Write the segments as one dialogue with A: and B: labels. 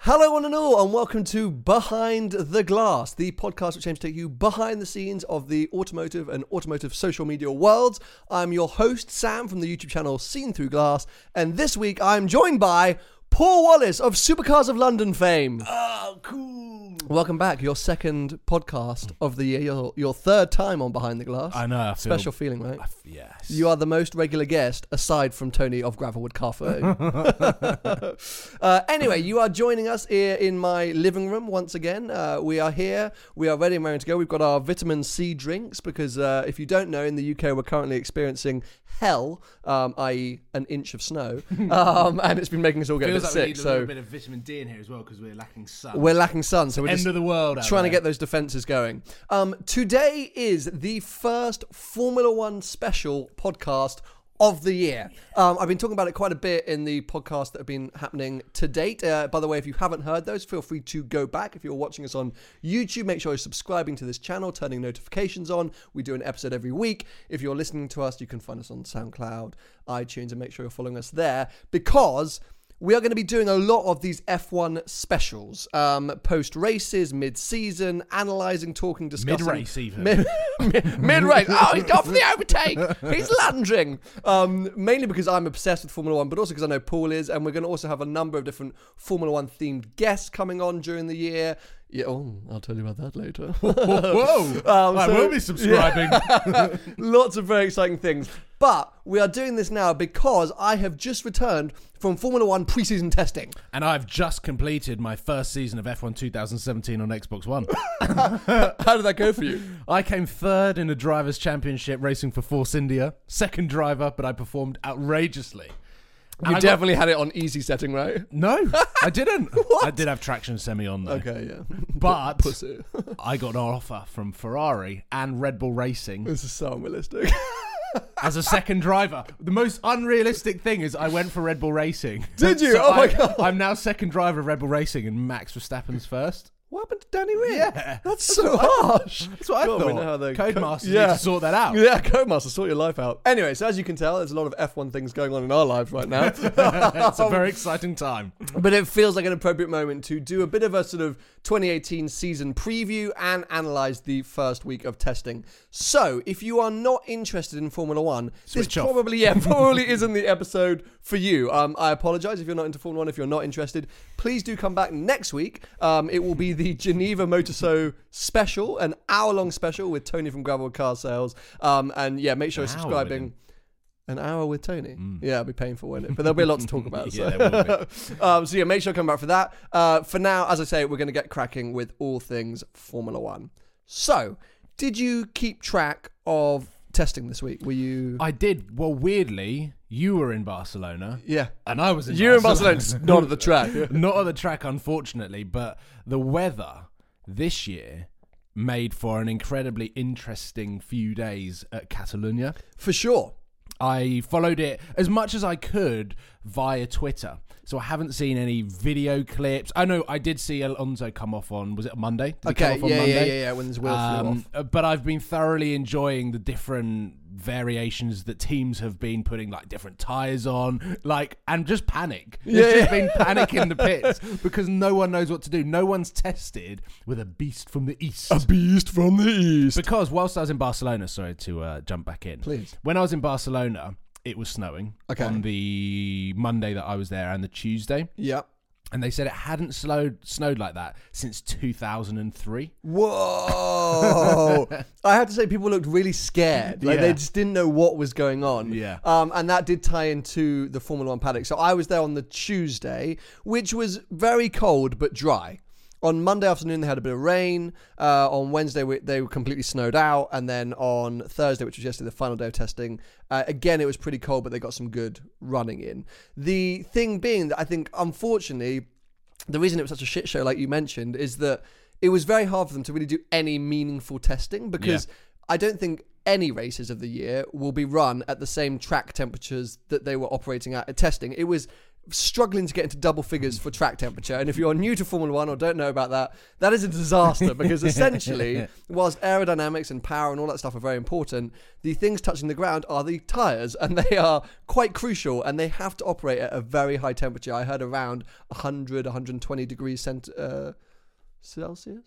A: Hello, one and all, and welcome to Behind the Glass, the podcast which aims to take you behind the scenes of the automotive and automotive social media worlds. I'm your host, Sam, from the YouTube channel Seen Through Glass, and this week I'm joined by Paul Wallace of Supercars of London fame.
B: Oh, cool.
A: Welcome back, your second podcast of the year, your, your third time on Behind the Glass.
B: I know. I feel,
A: Special feeling, right?
B: I f- yes.
A: You are the most regular guest, aside from Tony of Gravelwood Cafe. uh, anyway, you are joining us here in my living room once again. Uh, we are here. We are ready and raring to go. We've got our vitamin C drinks because uh, if you don't know, in the UK, we're currently experiencing hell, um, i.e., an inch of snow, um, and it's been making us all get a
B: Feels
A: bit
B: like we
A: sick.
B: need a little
A: So
B: bit of vitamin D in here as well because we're lacking sun.
A: we're lacking sun. So we're
B: End
A: just
B: of the world. out
A: trying to
B: there.
A: get those defenses going. Um, today is the first Formula One special podcast of the year. Um, I've been talking about it quite a bit in the podcasts that have been happening to date. Uh, by the way, if you haven't heard those, feel free to go back. If you're watching us on YouTube, make sure you're subscribing to this channel, turning notifications on. We do an episode every week. If you're listening to us, you can find us on SoundCloud, iTunes, and make sure you're following us there because we are going to be doing a lot of these F1 specials, um, post races, mid season, analysing, talking, discussing.
B: Mid-race even.
A: mid race. Oh, he's gone for the overtake. He's lunging. Um, mainly because I'm obsessed with Formula One, but also because I know Paul is. And we're going to also have a number of different Formula One themed guests coming on during the year. Yeah, oh, I'll tell you about that later.
B: Whoa.
A: Um,
B: I
A: so-
B: will be subscribing.
A: Lots of very exciting things. But we are doing this now because I have just returned from Formula One preseason testing.
B: and I've just completed my first season of F1 2017 on Xbox One.
A: How did that go for you?
B: I came third in the Drivers' Championship racing for Force India, second driver, but I performed outrageously. And I
A: You
B: got-
A: definitely had it on easy setting, right?
B: No, I didn't. I did have traction semi on though.
A: Okay, yeah.
B: But
A: Pussy.
B: I got an offer from Ferrari and Red Bull Racing
A: This is so unrealistic.
B: as a second driver. The most unrealistic thing is I went for Red Bull Racing.
A: Did you? Oh my
B: I,
A: God.
B: I'm now second driver of Red Bull Racing and Max Verstappen's first.
A: what happened to Danny Rick?
B: Yeah.
A: That's so harsh.
B: That's what I
A: God, we know how
B: thought.
A: they-
B: Codemasters
A: Yeah.
B: need to sort that out.
A: Yeah, Codemaster, sort your life out. Anyway, so as you can tell, there's a lot of F1 things going on in our lives right now.
B: it's a very exciting time.
A: but it feels like an appropriate moment to do a bit of a sort of 2018 season preview and analyze the first week of testing. So, if you are not interested in Formula One,
B: Switch
A: this
B: off.
A: probably yeah probably isn't the episode for you. Um, I apologize if you're not into Formula One. If you're not interested, please do come back next week. Um, it will be the Geneva Motor Show special, an hour long special with Tony from Gravel Car Sales. Um, and yeah, make sure you're
B: An hour Mm.
A: subscribing. An hour with Tony. Yeah, it'll be painful, won't it? But there'll be a lot to talk about. so.
B: Yeah, there will be.
A: Um, so yeah, make sure you come back for that. Uh, for now, as I say, we're going to get cracking with all things Formula One. So, did you keep track of testing this week? Were you?
B: I did. Well, weirdly, you were in Barcelona.
A: yeah,
B: And I was in
A: you were in
B: Barcelona.
A: Barcelona, just not at the track.
B: Not on the track, unfortunately, but the weather this year made for an incredibly interesting few days at Catalunya.
A: for sure.
B: I followed it as much as I could via Twitter. So I haven't seen any video clips. I know I did see Alonso come off on, was it Monday? Did he come
A: Okay,
B: off on
A: yeah, yeah, yeah,
B: Monday?
A: yeah. When this wheel flew
B: Um,
A: off.
B: uh, But I've been thoroughly enjoying the different variations that teams have been putting like different tires on, like and just panic.
A: Yeah,
B: There's just
A: yeah.
B: been panic in the pits because no one knows what to do. No one's tested with a beast from the east.
A: beast from the east.
B: because whilst I was in Barcelona, sorry to uh, jump back in.
A: Please.
B: When I was in Barcelona, it was snowing
A: Okay.
B: on the Monday that I was there and the Tuesday.
A: Yeah.
B: and they said it hadn't slowed snowed like that since 2003.
A: Whoa! I have to say, people looked really scared. Like they
B: Yeah.
A: just didn't know what was going on.
B: Yeah.
A: Um, and that did tie into the Formula One paddock. So I was there on the Tuesday, which was very cold but dry. On Monday afternoon, they had a bit of rain. Uh, on Wednesday, we, they were completely snowed out, and then on Thursday, which was yesterday, the final day of testing, uh, again it was pretty cold, but they got some good running in. The thing being that I think, unfortunately, the reason it was such a shit show, like you mentioned, is that it was very hard for them to really do any meaningful testing because I don't think any races of the year will be run at the same track temperatures that they were operating at, at testing. It was struggling to get into double figures for track temperature. And if you're new to Formula One or don't know about that, that is a disaster because essentially, whilst aerodynamics and power and all that stuff are very important, the things touching the ground are the tyres and they are quite crucial and they have to operate at a very high temperature. I heard around 100, 120 degrees cent- uh, Celsius?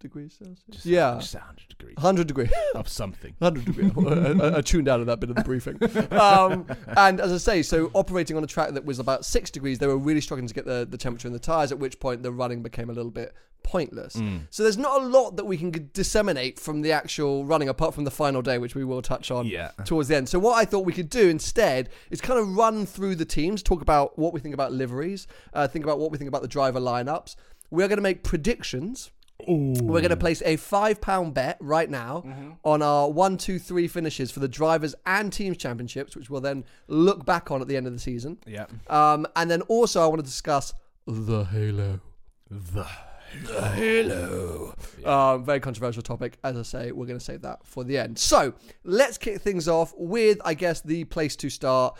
A: Degrees Celsius? yeah.
B: Just 100 degrees
A: 100 degrees.
B: of something.
A: 100 degrees. I, I- I tuned out of that bit of the briefing. Um, and as I say, so operating on a track that was about six degrees, they were really struggling to get the, the temperature in the tyres, at which point the running became a little bit pointless.
B: Mm.
A: So there's not a lot that we can g- disseminate from the actual running, apart from the final day, which we will touch on
B: Yeah.
A: towards the end. So what I thought we could do instead is kind of run through the teams, talk about what we think about liveries, uh, think about what we think about the driver lineups. We are going to make predictions. We're going to place a five pound bet right now on our one, two, three finishes for the drivers and teams championships, which we'll then look back on at the end of the season.
B: Yeah.
A: Um, and then also, I want to discuss the halo.
B: The
A: Halo. Um, very controversial topic. As I say, we're going to save that for the end. So let's kick things off with, I guess, the place to start.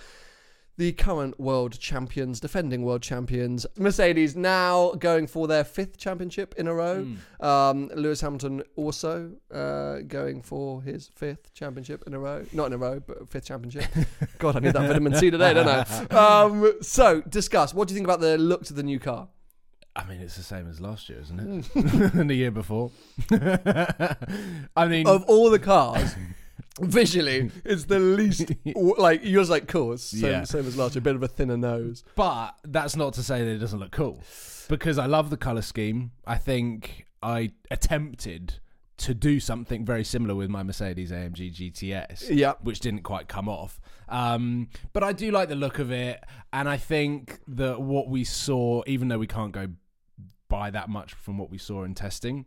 A: The current world champions, defending world champions, Mercedes now going for their fifth championship in a row.
B: Hmm.
A: Um, Lewis Hamilton also uh, going for his fifth championship in a row. Not in a row, but fifth championship. God, I need that vitamin C today, don't I? Um, so, discuss. What do you think about the look to the new car?
B: I mean, it's the same as last year, isn't it? and the year before. I mean,
A: of all the cars visually it's the least w- like yours like course same,
B: Yeah.
A: same as last year a bit of a thinner nose
B: but that's not to say that it doesn't look cool because I love the color scheme. I think I attempted to do something very similar with my Mercedes AMG GTS,
A: Yeah.
B: which didn't quite come off. Um, but I do like the look of it, and I think that what we saw, even though we can't go by that much from what we saw in testing,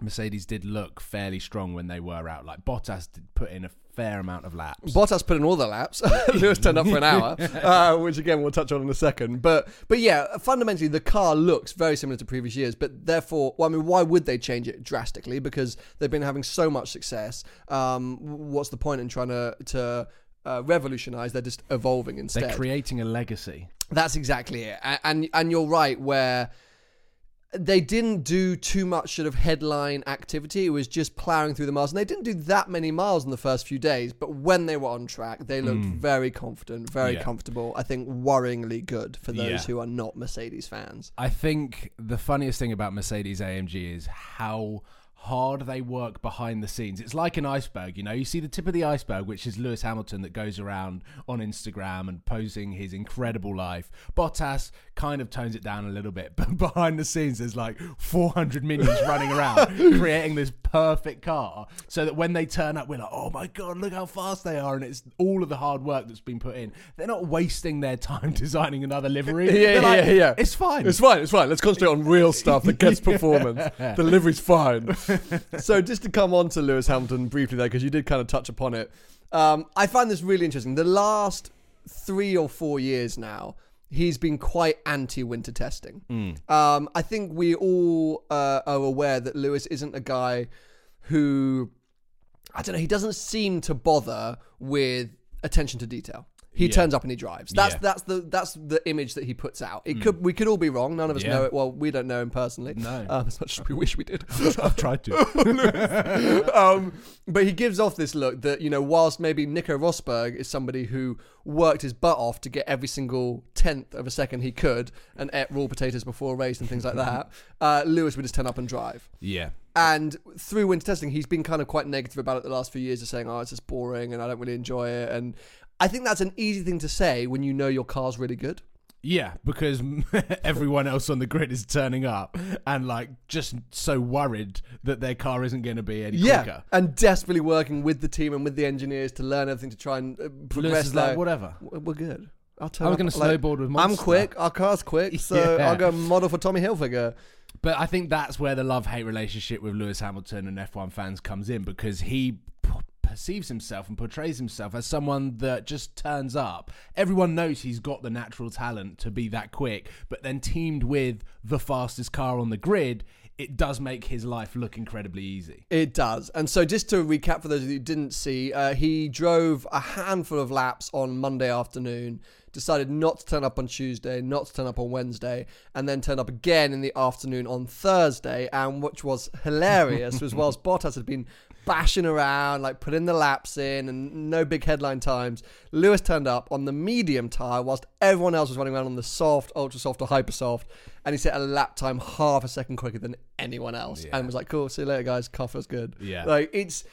B: Mercedes did look fairly strong when they were out. Like Bottas did put in a fair amount of laps.
A: Bottas put in all the laps. Lewis turned up for an hour, uh, which again we'll touch on in a second. But but yeah, fundamentally the car looks very similar to previous years. But therefore, well, I mean, why would they change it drastically? Because they've been having so much success. Um, what's the point in trying to to uh, revolutionise? They're just evolving instead.
B: They're creating a legacy.
A: That's exactly it, A- and and you're right where they didn't do too much sort of headline activity. It was just ploughing through the miles, and they didn't do that many miles in the first few days. But when they were on track, they looked very confident, very
B: Mm. Yeah.
A: comfortable. I think worryingly good for those
B: Yeah.
A: who are not Mercedes fans.
B: I think the funniest thing about Mercedes AMG is how hard they work behind the scenes. It's like an iceberg, you know. You see the tip of the iceberg, which is Lewis Hamilton that goes around on Instagram and posing his incredible life. Bottas kind of tones it down a little bit, but behind the scenes there's like 400 minions running around creating this perfect car so that when they turn up we're like, "Oh my god, look how fast they are." And it's all of the hard work that's been put in. They're not wasting their time designing another livery. They're like, It's fine.
A: fine. It's fine. Let's concentrate on real stuff that gets performance. The livery's fine. so just to come on to Lewis Hamilton briefly there, because you did kind of touch upon it. Um, I find this really interesting. The last three or four years now, he's been quite anti-winter testing. Um, I think we all uh, are aware that Lewis isn't a guy who I don't know. He doesn't seem to bother with attention to detail. He turns up and he drives. That's
B: Yeah. Hmm.
A: that's the that's the image that he puts out. It could we could all be wrong. None of us
B: Yeah.
A: know it. Well, we don't know him personally.
B: No.
A: um, as much as we wish we did.
B: I've tried to.
A: um, but he gives off this look that you know, whilst maybe Nico Rosberg is somebody who worked his butt off to get every single tenth of a second he could and ate raw potatoes before a race and things like that. Uh, Lewis would just turn up and drive.
B: yeah.
A: And through winter testing, he's been kind of quite negative about it the last few years, of saying, "Oh, it's just boring, and I don't really enjoy it." And I think that's an easy thing to say when you know your car's really good.
B: Yeah, because everyone else on the grid is turning up and like just so worried that their car isn't going to be any
A: Yeah,
B: quicker.
A: and desperately working with the team and with the engineers to learn everything to try and uh,
B: Lewis
A: progress.
B: is like,
A: their-
B: whatever.
A: W- We're good. I'll turn
B: I was
A: up-
B: gonna
A: like,
B: snowboard with
A: I'm
B: Monster.
A: quick. Our car's quick, so
B: Yeah.
A: I'll go model for Tommy Hilfiger.
B: But I think that's where the love hate relationship with Lewis Hamilton and F1 fans comes in because he p- perceives himself and portrays himself as someone that just turns up. Everyone knows he's got the natural talent to be that quick, but then teamed with the fastest car on the grid, it does make his life look incredibly easy.
A: It does. And so, just to recap for those of you who didn't see, uh, he drove a handful of laps on Monday afternoon, decided not to turn up on Tuesday, not to turn up on Wednesday, and then turned up again in the afternoon on Thursday. And which was hilarious was whilst Bottas had been bashing around, like putting the laps in and no big headline times, Lewis turned up on the medium tyre whilst everyone else was running around on the soft, ultra soft, or hyper soft. And he set a lap time half a second quicker than anyone else and was like, cool, see you later, guys. Car feels good.
B: Yeah.
A: Like, it's.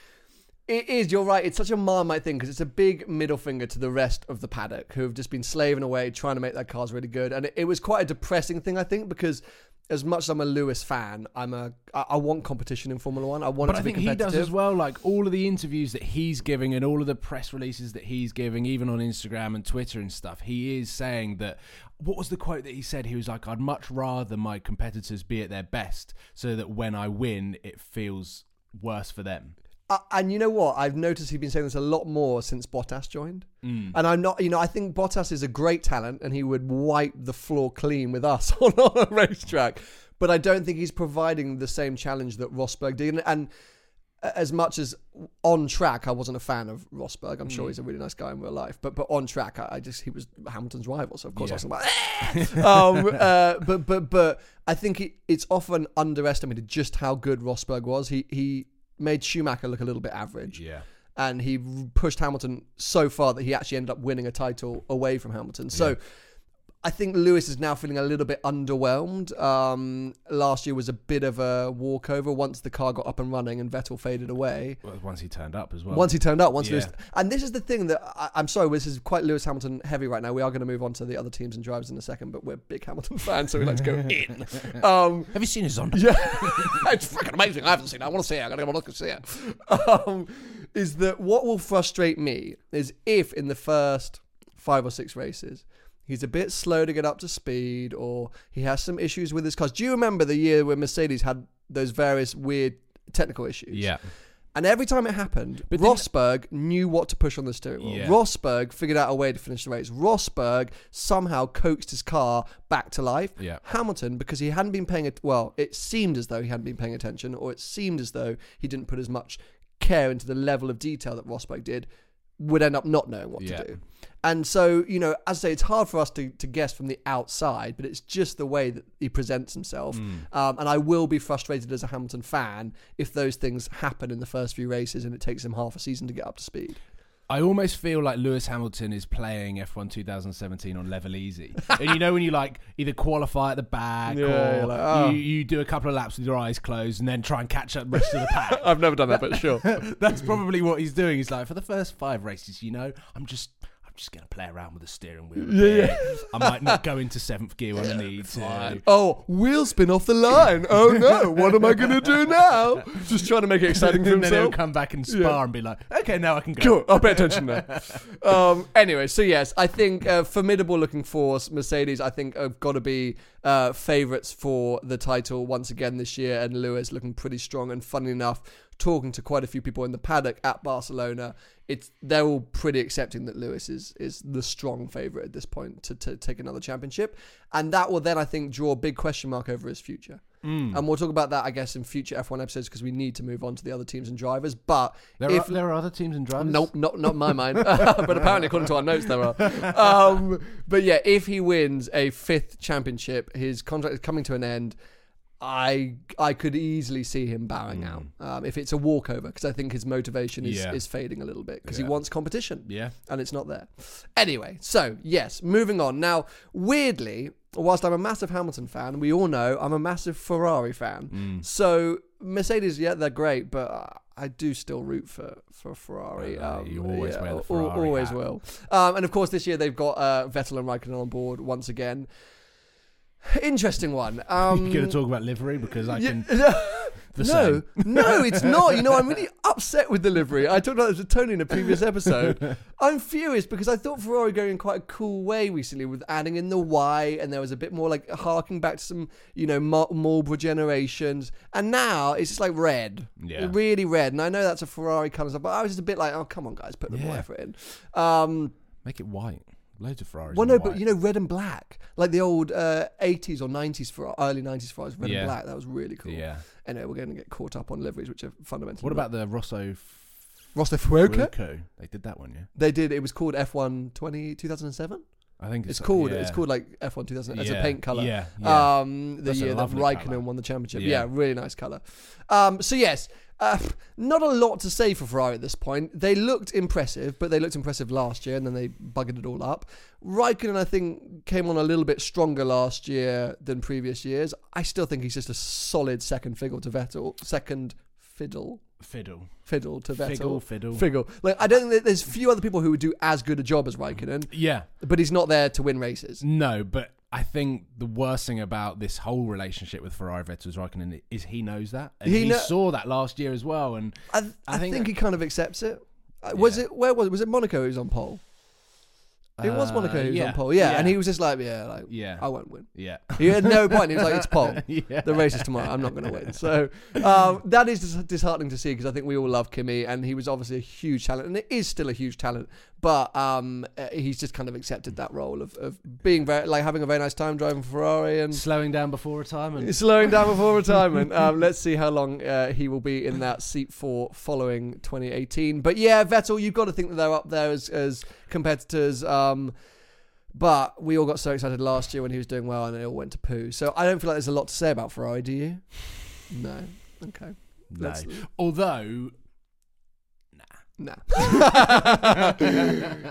A: It is, you're right. It's such a Marmite thing because it's a big middle finger to the rest of the paddock who have just been slaving away trying to make their cars really good. And it, it was quite a depressing thing, I think, because as much as I'm a Lewis fan, I'm a I, I want competition in Formula One. I want it
B: But
A: to
B: I think
A: be
B: he
A: competitive.
B: does as well. Like all of the interviews that he's giving and all of the press releases that he's giving, even on Instagram and Twitter and stuff, he is saying that. What was the quote that he said? He was like, "I'd much rather my competitors be at their best, so that when I win, it feels worse for them."
A: Uh, and you know what? I've noticed he's been saying this a lot more since Bottas joined. And I'm not, you know, I think Bottas is a great talent and he would wipe the floor clean with us on, on a racetrack. But I don't think he's providing the same challenge that Rosberg did. And, and as much as on track, I wasn't a fan of Rosberg. I'm sure he's a really nice guy in real life. But but on track, I, I just, he was Hamilton's rival. So of course I was like, um, uh, but but but I think it, it's often underestimated just how good Rosberg was. He he made Schumacher look a little bit average,
B: Yeah,
A: and he pushed Hamilton so far that he actually ended up winning a title away from Hamilton. So. I think Lewis is now feeling a little bit underwhelmed. Um, last year was a bit of a walkover once the car got up and running and Vettel faded away.
B: well, once he turned up as well.
A: Once he turned up, once
B: Yeah.
A: Lewis, and this is the thing that I, I'm sorry, this is quite Lewis Hamilton heavy right now. We are going to move on to the other teams and drivers in a second, but we're big Hamilton fans, so we like to go in. Um,
B: Have you seen his Zonda?
A: yeah, it's freaking amazing. I haven't seen it. I want to see it. I gotta go look and see it. Um, is that what will frustrate me is if in the first five or six races he's a bit slow to get up to speed or he has some issues with his cars. Do you remember the year when Mercedes had those various weird technical issues?
B: Yeah,
A: And every time it happened,
B: But didn't-
A: Rosberg knew what to push on the steering wheel.
B: Yeah.
A: Rosberg figured out a way to finish the race. Rosberg somehow coaxed his car back to life.
B: Yeah.
A: Hamilton, because he hadn't been paying it, well, it seemed as though he hadn't been paying attention, or it seemed as though he didn't put as much care into the level of detail that Rosberg did, would end up not knowing what
B: Yeah.
A: to do. And so, you know, as I say, it's hard for us to, to guess from the outside, but it's just the way that he presents himself.
B: Hmm.
A: Um, and I will be frustrated as a Hamilton fan if those things happen in the first few races and it takes him half a season to get up to speed.
B: I almost feel like Lewis Hamilton is playing F1 2017 on level easy. and you know when you like either qualify at the back
A: Yeah,
B: or
A: you're like, oh.
B: you, you do a couple of laps with your eyes closed and then try and catch up the rest of the pack.
A: I've never done that, but sure.
B: That's probably what he's doing. He's like, for the first five races, you know, I'm just I'm just gonna play around with the steering wheel. a bit. I might not go into seventh gear when I need to.
A: Oh, wheel spin off the line. Oh no, what am I going to do now? Just trying to make it exciting
B: And
A: for
B: then he'll
A: himself.
B: come back and spar
A: Yeah.
B: and be like, okay, now I can go.
A: Cool. I'll pay attention now. um, anyway, so yes, I think uh, formidable looking force. Mercedes, I think, have got to be uh, favourites for the title once again this year. And Lewis looking pretty strong. And funny enough, talking to quite a few people in the paddock at Barcelona, it's they're all pretty accepting that Lewis is is the strong favourite at this point to, to take another championship. And that will then, I think, draw a big question mark over his future.
B: Mm.
A: And we'll talk about that, I guess, in future F1 episodes because we need to move on to the other teams and drivers. But
B: There,
A: if
B: are, there are other teams and drivers.
A: Nope, not not in my mind. but apparently, according to our notes, there are. Um, but yeah, if he wins a fifth championship, his contract is coming to an end. I I could easily see him bowing out um, if it's a walkover because I think his motivation is,
B: Hmm. Yeah.
A: is fading a little bit because
B: Yeah.
A: he wants competition
B: Yeah.
A: and it's not there. Anyway, so yes, moving on. Now,
B: Mm.
A: weirdly, whilst I'm a massive Hamilton fan, we all know I'm a massive Ferrari fan. So Mercedes, yeah, they're great, but I- I do still root for for Ferrari. Um,
B: Well, uh, you always wear the
A: al-
B: Ferrari
A: always
B: hat.
A: will. Um, and of course, this year they've got uh, Vettel and Raikkonen on board once again. Interesting one. Um,
B: You're going to talk about livery because I
A: yeah,
B: can.
A: no,
B: The same.
A: no, it's not. You know, I'm really upset with the livery. I talked about this with Tony in a previous episode. I'm furious because I thought Ferrari were going in quite a cool way recently with adding in the Y, and there was a bit more like harking back to some, you know, Mar- Marlboro generations. And now it's just like red,
B: Yeah.
A: really red. And I know that's a Ferrari colour stuff, but I was just a bit like, oh, come on, guys, put a bit more
B: Yeah.
A: effort in. Um,
B: Make it white. Loads of Ferraris.
A: well,
B: in
A: no,
B: white.
A: but you know, red and black, like the old uh, 80s or 90s for early 90s Ferraris, red
B: Yeah.
A: and black. That was really cool.
B: Yeah.
A: Anyway, uh, we're going to get caught up on liveries, which are fundamentally.
B: What
A: not-
B: about the Rosso
A: Rosso Fuoco?
B: Fuoco? They did that one, yeah.
A: They did. It was called F1 20, 2007.
B: I think
A: It's
B: it's,
A: called.
B: Yeah.
A: It's called like F1 2000. It's a
B: Yeah,
A: paint color.
B: Yeah. yeah.
A: Um, the
B: That's a
A: year that
B: lovely
A: Raikkonen
B: colour.
A: won the championship. Yeah,
B: Yeah.
A: really nice color. Um, so yes, uh, not a lot to say for Ferrari at this point. They looked impressive, but they looked impressive last year, and then they buggered it all up. Raikkonen, I think, came on a little bit stronger last year than previous years. I still think he's just a solid second fiddle to Vettel. Second fiddle.
B: Fiddle.
A: Fiddle to Vettel.
B: Fiddle, fiddle.
A: Fiddle. Like I don't think that there's few other people who would do as good a job as Raikkonen,
B: yeah.
A: but he's not there to win races.
B: No, but I think the worst thing about this whole relationship with Ferrari Vettel's Raikkonen is he knows that. And
A: He
B: he,
A: kno-
B: saw that last year as well. And
A: I, th- I,
B: I
A: think,
B: think-
A: he kind of accepts it. Uh, Was
B: Yeah.
A: it where was it? was it Monaco? He was on pole. It was
B: Uh,
A: Monaco. He was
B: yeah.
A: on pole. Yeah.
B: Yeah.
A: and he was just like, yeah, like,
B: Yeah.
A: I won't win.
B: Yeah.
A: He had no point. He was like, it's pole.
B: yeah.
A: Oh. The race is tomorrow. I'm not going to win. So um, that is dis- disheartening to see because I think we all love Kimi, and he was obviously a huge talent, and it is still a huge talent. But um, uh, he's just kind of accepted that role of, of being very like having a very nice time driving Ferrari and
B: Slowing down before retirement.
A: Slowing down before retirement. Um, let's see how long uh, he will be in that seat for following 2018. But yeah, Vettel, you've got to think that they're up there as, as competitors. Um, but we all got so excited last year when he was doing well and it all went to poo. So I don't feel like there's a lot to say about Ferrari, do you? No. Okay.
B: No.
A: Let's-
B: Although
A: Nah.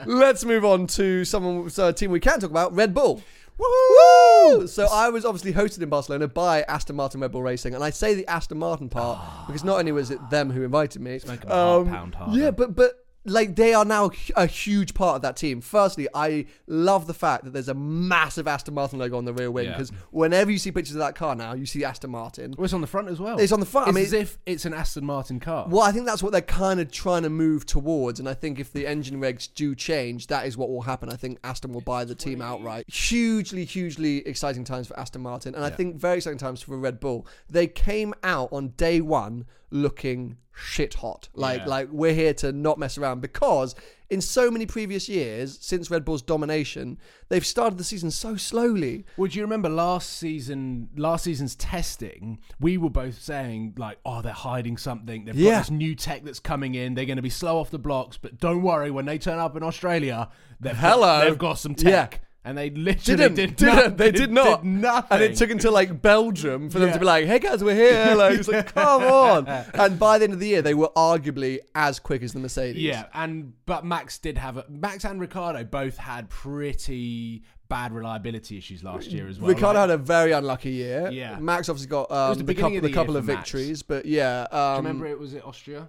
A: Let's move on to someone, so a team we can talk about, Red Bull. Woo! So I was obviously hosted in Barcelona by Aston Martin Red Bull Racing, and I say the Aston Martin part because not only was it them who invited me, um,
B: making my heart pound harder.
A: yeah, but but like they are now a huge part of that team. Firstly, I love the fact that there's a massive Aston Martin logo on the rear wing
B: Yeah.
A: because whenever you see pictures of that car now, you see Aston Martin.
B: well, it's on the front as well.
A: It's on the front. I
B: It's
A: mean-
B: as if it's an Aston Martin car.
A: Well, I think that's what they're kind of trying to move towards, and I think if the engine regs do change, that is what will happen. I think Aston will buy the team outright. Hugely, hugely exciting times for Aston Martin, and I think very exciting times for Red Bull. They came out on day one looking shit hot, like
B: Yeah.
A: like we're here to not mess around because. In so many previous years, since Red Bull's domination, they've started the season so slowly.
B: Well, do you remember last season? Last season's testing, we were both saying like, "Oh, they're hiding something. They've
A: Yeah.
B: got this new tech that's coming in. They're going to be slow off the blocks, but don't worry, when they turn up in Australia, they've
A: Hello.
B: Got, they've got some
A: Yeah.
B: tech." And they literally
A: didn't,
B: did
A: didn't,
B: nothing.
A: they did not,
B: nothing.
A: and it took until like Belgium for them to
B: Yeah.
A: be like, "Hey guys, we're here!" Like, it's like, come on. And by the end of the year, they were arguably as quick as the Mercedes.
B: Yeah, and but Max did have a, Max and Ricardo both had pretty bad reliability issues last year as well.
A: Ricardo had
B: Like,
A: a very unlucky year.
B: Yeah.
A: Max obviously got um,
B: the
A: the
B: beginning
A: couple,
B: of
A: the
B: the
A: couple
B: year
A: of
B: for Max.
A: victories, but yeah, um,
B: remember it was it Austria?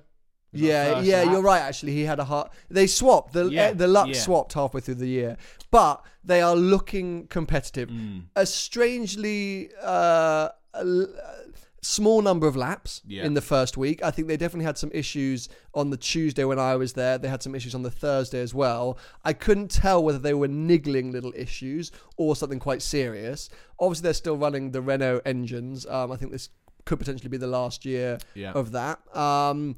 B: Was that
A: yeah,
B: first
A: yeah.
B: lap?
A: You're right. Actually, he had a heart. They swapped the
B: Yeah,
A: eh, the luck
B: yeah.
A: swapped halfway through the year, but they are looking competitive.
B: Mm.
A: A strangely. Uh, a l- small number of laps
B: Yeah.
A: in the first week. I think they definitely had some issues on the Tuesday when I was there. They had some issues on the Thursday as well. I couldn't tell whether they were niggling little issues or something quite serious. Obviously, they're still running the Renault engines. Um, I think this could potentially be the last year
B: Yeah.
A: of that. Um,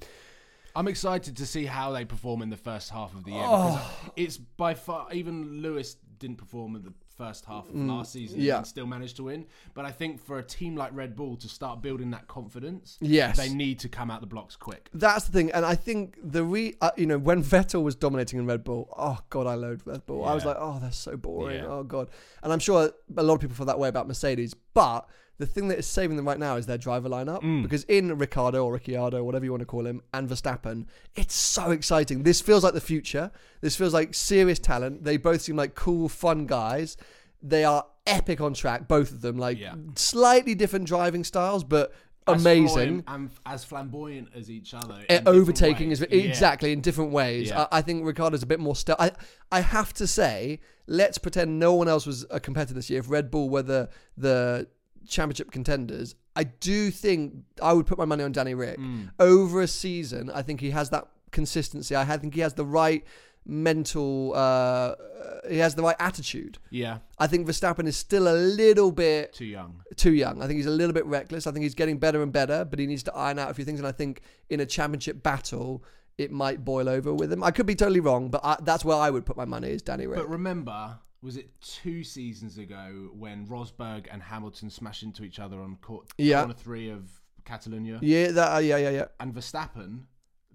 B: I'm excited to see how they perform in the first half of the year. because
A: Oh.
B: It's by far even Lewis didn't perform in the first half of last season
A: Mm. yeah.
B: and still managed to win. But I think for a team like Red Bull to start building that confidence,
A: Yes.
B: they need to come out the blocks quick.
A: That's the thing, and I think the re uh, you know when Vettel was dominating in Red Bull, oh god, I loathed Red Bull. I was
B: Yeah.
A: like, oh, that's so boring.
B: Yeah.
A: Oh god, and I'm sure a lot of people feel that way about Mercedes, but the thing that is saving them right now is their driver lineup
B: Mm.
A: because in Ricardo or Ricciardo, whatever you want to call him, and Verstappen, it's so exciting. This feels like the future. This feels like serious talent. They both seem like cool, fun guys. They are epic on track, both of them. Like
B: Yeah.
A: slightly different driving styles, but
B: as
A: amazing.
B: flamboyant and f- as flamboyant as each other.
A: Uh,
B: in different
A: overtaking
B: ways.
A: is
B: Yeah.
A: exactly in different ways.
B: Yeah.
A: I, I think Ricardo's a bit more stealth. I I have to say, let's pretend no one else was a competitor this year. If Red Bull were the the championship contenders, I do think I would put my money on Danny Rick
B: Mm.
A: over a season. I think he has that consistency. I ha- think he has the right mental. Uh, he has the right attitude.
B: Yeah,
A: I think Verstappen is still a little bit
B: too young.
A: too young. I think he's a little bit reckless. I think he's getting better and better, but he needs to iron out a few things. And I think in a championship battle, it might boil over with him. I could be totally wrong, but I, that's where I would put my money is Danny Rick.
B: But remember, was it two seasons ago when Rosberg and Hamilton smashed into each other on court,
A: Yeah.
B: corner three of Catalonia?
A: yeah, that, uh, yeah, yeah, yeah.
B: And Verstappen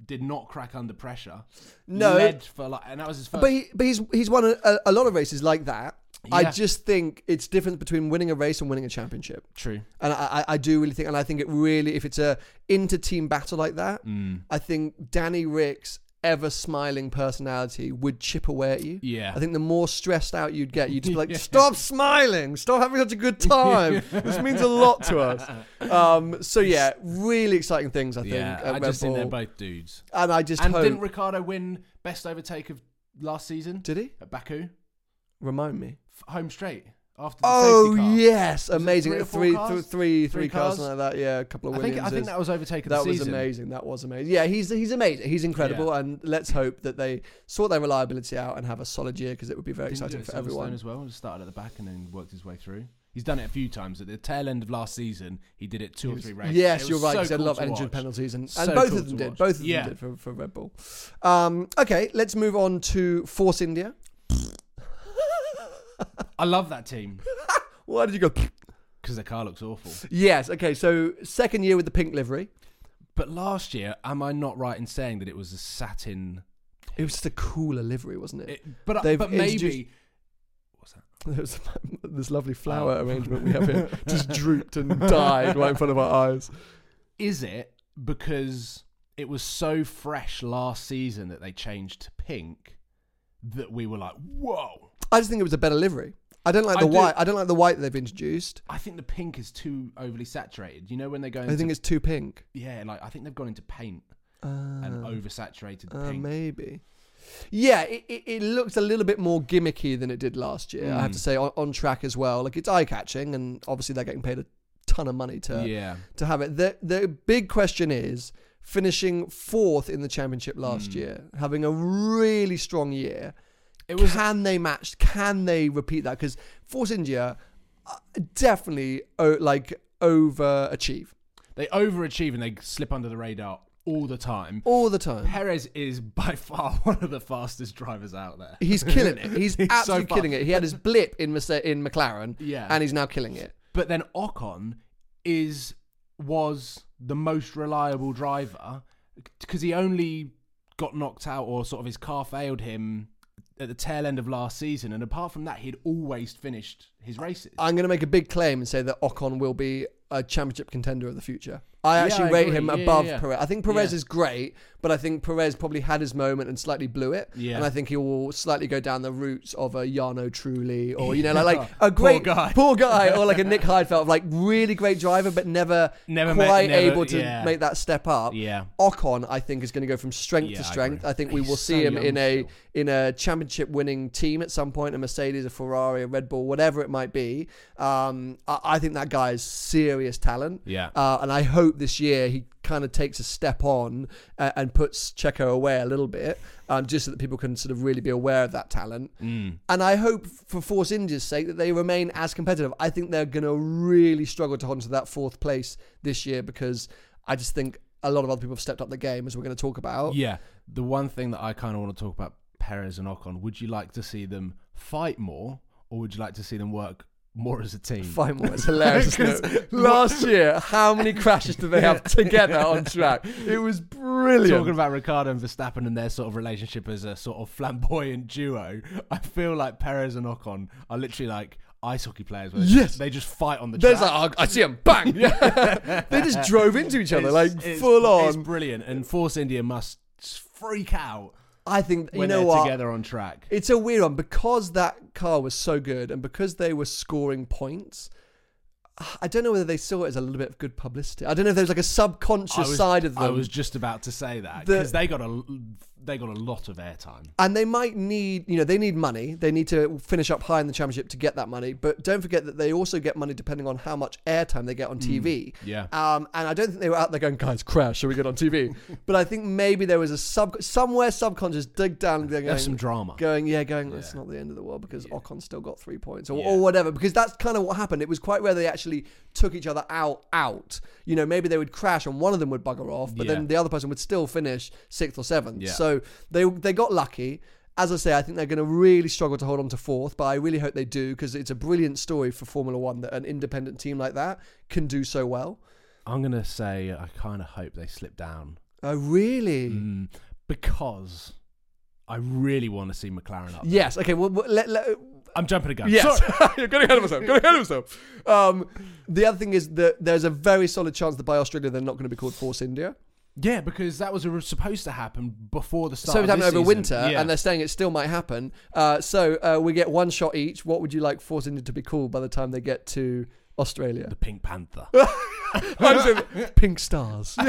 B: did not crack under pressure.
A: No.
B: led for like, and that was his first.
A: But he, but he's he's won a- a, a lot of races like that. I
B: Yeah.
A: just think it's different between winning a race and winning a championship.
B: True.
A: And I, I I do really think, and I think it really, if it's a inter-team battle like that, I think Danny Rick's ever-smiling personality would chip away at you.
B: Yeah.
A: I think the more stressed out you'd get, you'd just be like, "Stop smiling! Stop having such a good time! this means a lot to us." Um, so yeah, really exciting things. I think.
B: Yeah,
A: at
B: I
A: Red
B: just think they're
A: Bull.
B: both dudes.
A: and I just
B: and
A: hope.
B: didn't Ricardo win best overtake of last season
A: Did he
B: at Baku?
A: remind me?
B: F- Home straight after the
A: Oh
B: safety car.
A: yes,
B: Was it
A: amazing!
B: three
A: Three,
B: or four
A: three,
B: cars?
A: th- three,
B: Three
A: three cars,
B: cars?
A: something like that. Yeah, a couple of
B: I think
A: Williams.
B: I think that was overtake of
A: that
B: the
A: was
B: season.
A: amazing. That was amazing. Yeah, he's he's amazing. He's incredible,
B: Yeah.
A: and let's hope that they sort their reliability out and have a solid year because it would be very
B: Didn't he do
A: exciting
B: it
A: for
B: at Silverstone
A: everyone.
B: as well. He started at the back and then worked his way through. He's done it a few times. At the tail end of last season, he did it two or three races.
A: Yes,
B: It was
A: you're right.
B: So
A: 'cause they had
B: cool
A: a lot of
B: to
A: engine
B: watch.
A: penalties, and, and
B: So
A: both
B: cool
A: of them
B: to
A: did.
B: watch.
A: Both of them
B: Yeah.
A: did for, for Red Bull. Um, okay, let's move on to Force India.
B: I love that team
A: Why did you go?
B: because their car looks awful.
A: Yes. Okay. So second year with the pink livery.
B: But last year, am I not right in saying that it was a satin?
A: It was just a cooler livery, wasn't it?
B: It, but
A: Uh, They've
B: but maybe
A: introduced- There's this lovely flower
B: Oh.
A: arrangement we have here just drooped and died right in front of our eyes.
B: is it because it was so fresh last season that they changed to pink that we were like, whoa.
A: I just think it was a better livery. I don't like
B: I
A: the
B: do-
A: white. I don't like the white they've introduced.
B: I think the pink is too overly saturated. You know when they go into
A: I think it's too pink.
B: yeah, like I think they've gone into paint
A: Uh,
B: and oversaturated
A: uh,
B: pink.
A: maybe. Yeah, it, it, it looks a little bit more gimmicky than it did last year. I have
B: Mm.
A: to say, on, on track as well. Like it's eye catching, and obviously they're getting paid a ton of money to
B: yeah,
A: to have it. The the big question is finishing fourth in the championship last
B: Mm.
A: year, having a really strong year.
B: it was.
A: can they match? Can they repeat that? Because Force India uh, definitely oh, like overachieve
B: They overachieve and they slip under the radar all the time.
A: all the time.
B: Perez is by far one of the fastest drivers out there.
A: He's killing it. He's,
B: He's so
A: absolutely
B: fast.
A: killing it. He had his blip in Merce- in McLaren,
B: Yeah.
A: and he's now killing it.
B: But then Ocon is was the most reliable driver because he only got knocked out or sort of his car failed him at the tail end of last season, and apart from that, he'd always finished his races.
A: I'm going to make a big claim and say that Ocon will be a championship contender of the future. I
B: Yeah,
A: actually
B: I
A: rate
B: agree.
A: him
B: Yeah,
A: above
B: yeah, yeah.
A: Perez. I think Perez
B: Yeah.
A: is great, but I think Perez probably had his moment and slightly blew it.
B: Yeah.
A: And I think he will slightly go down the roots of a Yano Truly or, you know, like, like a great
B: guy.
A: poor guy or like a Nick Heidfeld, like really great driver, but never,
B: Never ma-
A: quite
B: never-
A: able to
B: yeah.
A: make that step up.
B: Yeah.
A: Ocon, I think, is going to go from strength
B: Yeah,
A: to
B: I
A: strength.
B: agree.
A: I, think we
B: He's
A: will see
B: so
A: him in
B: young
A: a
B: still.
A: in a championship winning team at some point, a Mercedes, a Ferrari, a Red Bull, whatever it might be. Um, I, I think that guy is serious talent.
B: Yeah.
A: Uh, and I hope this year he kind of takes a step on uh, and puts Checo away a little bit, um, just so that people can sort of really be aware of that talent. And I hope for Force India's sake that they remain as competitive. I think they're going to really struggle to hold on to that fourth place this year because I just think a lot of other people have stepped up the game, as we're going to talk about.
B: Yeah. The one thing that I kind of want to talk about Perez and Ocon, would you like to see them fight more or would you like to see them work more as a team?
A: Fine, well, it's hilarious. isn't it? Last year, how many crashes did they have together on track? It was brilliant.
B: Talking about Ricardo and Verstappen and their sort of relationship as a sort of flamboyant duo, I feel like Perez and Ocon are literally like ice hockey players. Where they
A: Yes.
B: just, they just fight on the
A: There's
B: track.
A: like, oh, I see them, bang! they just drove into each other, like
B: it's-
A: full
B: It's
A: on.
B: brilliant, and Force India must freak out
A: I think you
B: when
A: know
B: they're
A: what.
B: together on track.
A: It's a weird one because that car was so good and because they were scoring points. I don't know whether they saw it as a little bit of good publicity. I don't know if there was like a subconscious
B: I was,
A: side of them.
B: I was just about to say that
A: The-
B: because they got a they got a lot of airtime.
A: and they might need, you know, they need money. They need to finish up high in the championship to get that money. But don't forget that they also get money depending on how much airtime they get on TV.
B: Hmm. yeah.
A: Um, and I don't think they were out there going, guys, crash, shall we get on TV? but I think maybe there was a sub somewhere subconscious dig down and they're going,
B: There's some drama.
A: Going, yeah, going, it's not the end of the world because Ocon still got three points or, or whatever. Because that's kind of what happened. It was quite rare they actually took each other out, out. You know, maybe they would crash and one of them would bugger off, but then
B: Yeah.
A: the other person would still finish sixth or seventh.
B: Yeah.
A: So they they got lucky. As I say, I think they're going to really struggle to hold on to fourth, but I really hope they do because it's a brilliant story for Formula One that an independent team like that can do so well.
B: I'm gonna say I kind of hope they slip down
A: Oh, really?
B: Mm, because I really want to see McLaren up.
A: Yes. Okay. Well, well, let, let,
B: I'm jumping a gun.
A: Yes,
B: Sorry.
A: you're getting ahead of myself. Getting ahead of myself. Um, the other thing is that there's a very solid chance that by Australia they're not going to be called Force India.
B: Yeah, because that was a, supposed to happen before the start.
A: so
B: of
A: it's happening
B: this
A: over
B: season.
A: winter,
B: Yeah.
A: and they're saying it still might happen. Uh, so uh, we get one shot each. What would you like Force India to be called by the time they get to Australia?
B: the Pink Panther.
A: I'm saying pink stars.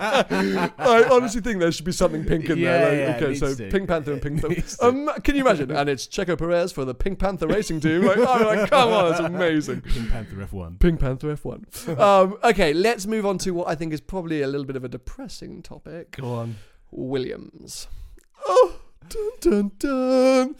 A: I honestly think there should be something pink in
B: Yeah,
A: there. Like,
B: yeah, it
A: okay,
B: needs
A: so
B: to.
A: Pink Panther and Pink
B: needs
A: Panther.
B: to.
A: Um, can you imagine? And it's Checo Perez for the Pink Panther racing team. Like, I'm like, come on, it's amazing.
B: Pink Panther F1.
A: Pink Panther F1. um, okay, let's move on to what I think is probably a little bit of a depressing topic
B: Go on.
A: Williams. Oh, dun dun dun.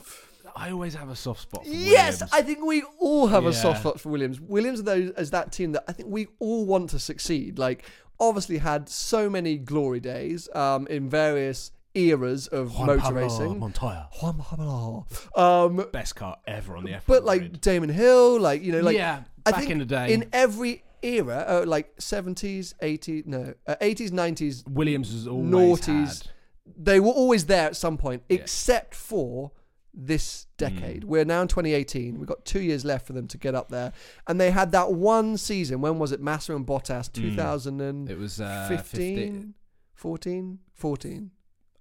B: I always have a soft spot. For
A: Yes,
B: Williams.
A: I think we all have a soft
B: Yeah.
A: spot for Williams. Williams are those, is that team that I think we all want to succeed. Like, obviously, had so many glory days um, in various eras of
B: Juan
A: motor
B: Pablo
A: racing.
B: Montoya,
A: Juan Pablo. Um,
B: best car ever on the F1.
A: but like
B: grid.
A: Damon Hill, like you know, like
B: Yeah,
A: I
B: back
A: think
B: in the day.
A: in every era, uh, like seventies, eighties, no, uh, eighties, nineties,
B: Williams has always
A: noughties,
B: had-
A: they were always there at some point, except for this decade. We're now in 2018. We've got two years left for them to get up there, and they had that one season. When was it? Massa and Bottas, 2015,
B: It was uh, 15.
A: 14, 14, 14.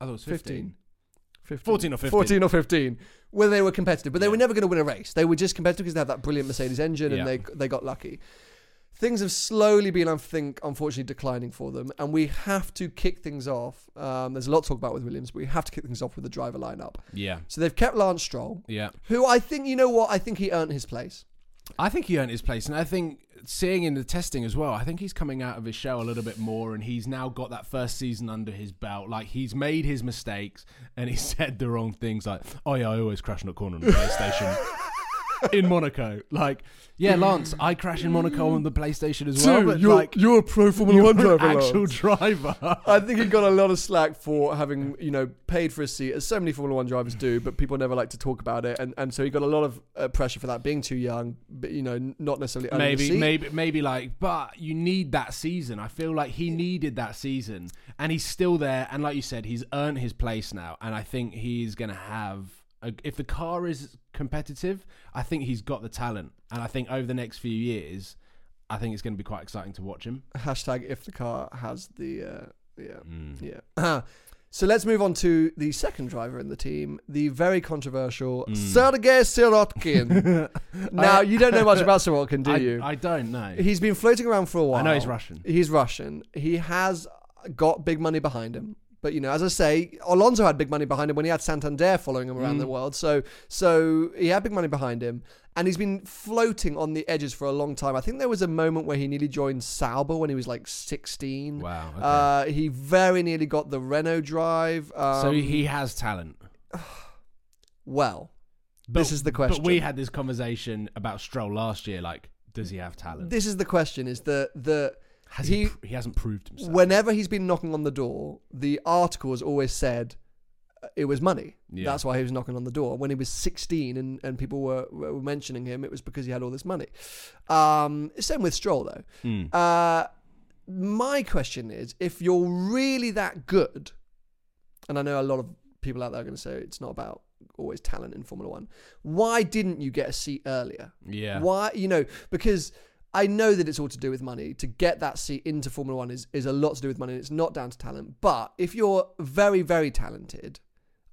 B: I thought it was
A: 15. 15.
B: 15. 14 or 15.
A: 14 or 15 where they were competitive but they were never going to win a race they were just competitive because they had that brilliant mercedes engine
B: Yeah.
A: and they they got lucky things have slowly been i think unfortunately declining for them and we have to kick things off um, there's a lot to talk about with williams but we have to kick things off with the driver lineup
B: Yeah.
A: so they've kept lance stroll
B: Yeah.
A: who i think you know what i think he earned his place
B: I think he earned his place, and I think seeing in the testing as well, I think he's coming out of his shell a little bit more, and he's now got that first season under his belt. Like he's made his mistakes, and he said the wrong things. Like, oh yeah, I always crash in a corner on the PlayStation in Monaco. Like, yeah, Lance, I crash in Monaco on the PlayStation as well. but like,
A: you're a pro formula
B: you're an actual driver.
A: I think he got a lot of slack for having, you know, paid for a seat, as so many Formula One drivers do, but people never like to talk about it, and, and so he got a lot of uh, pressure for that, being too young, but you know, n- not necessarily earning a
B: Maybe,
A: seat.
B: maybe, maybe like, but you need that season. I feel like he needed that season, and he's still there. And like you said, he's earned his place now, and I think he's gonna have. A, if the car is competitive, I think he's got the talent, and I think over the next few years, I think it's gonna be quite exciting to watch him.
A: Hashtag if the car has the, uh, yeah,
B: Mm.
A: yeah. Ah, so let's move on to the second driver in the team, the very controversial
B: Mm.
A: Sergei Sirotkin. now you don't know much about Sirotkin, do
B: I,
A: you?
B: I don't know.
A: He's been floating around for a while.
B: know he's Russian.
A: He's Russian. He has got big money behind him. But you know, as I say, Alonso had big money behind him when he had Santander following him
B: Mm.
A: around the world. So so he had big money behind him. And he's been floating on the edges for a long time. I think there was a moment where he nearly joined Sauber when he was like 16.
B: Wow, okay.
A: Uh, he very nearly got the Renault drive. Um,
B: so he has talent.
A: well,
B: But-
A: this is the question.
B: But we had this conversation about Stroll last year. Like, does he have talent?
A: this is the question: is the the
B: Has he? pr- he hasn't proved himself.
A: whenever he's been knocking on the door, the article has always said uh, it was money.
B: Yeah.
A: That's why he was knocking on the door. When he was 16 and, and people were, were mentioning him, it was because he had all this money. Um, same with Stroll, though.
B: Mm.
A: Uh, my question is if you're really that good, and I know a lot of people out there are going to say it's not about always talent in Formula One, why didn't you get a seat earlier?
B: Yeah.
A: Why, you know, because I know that it's all to do with money. To get that seat into Formula One is, is a lot to do with money and it's not down to talent. But if you're very, very talented,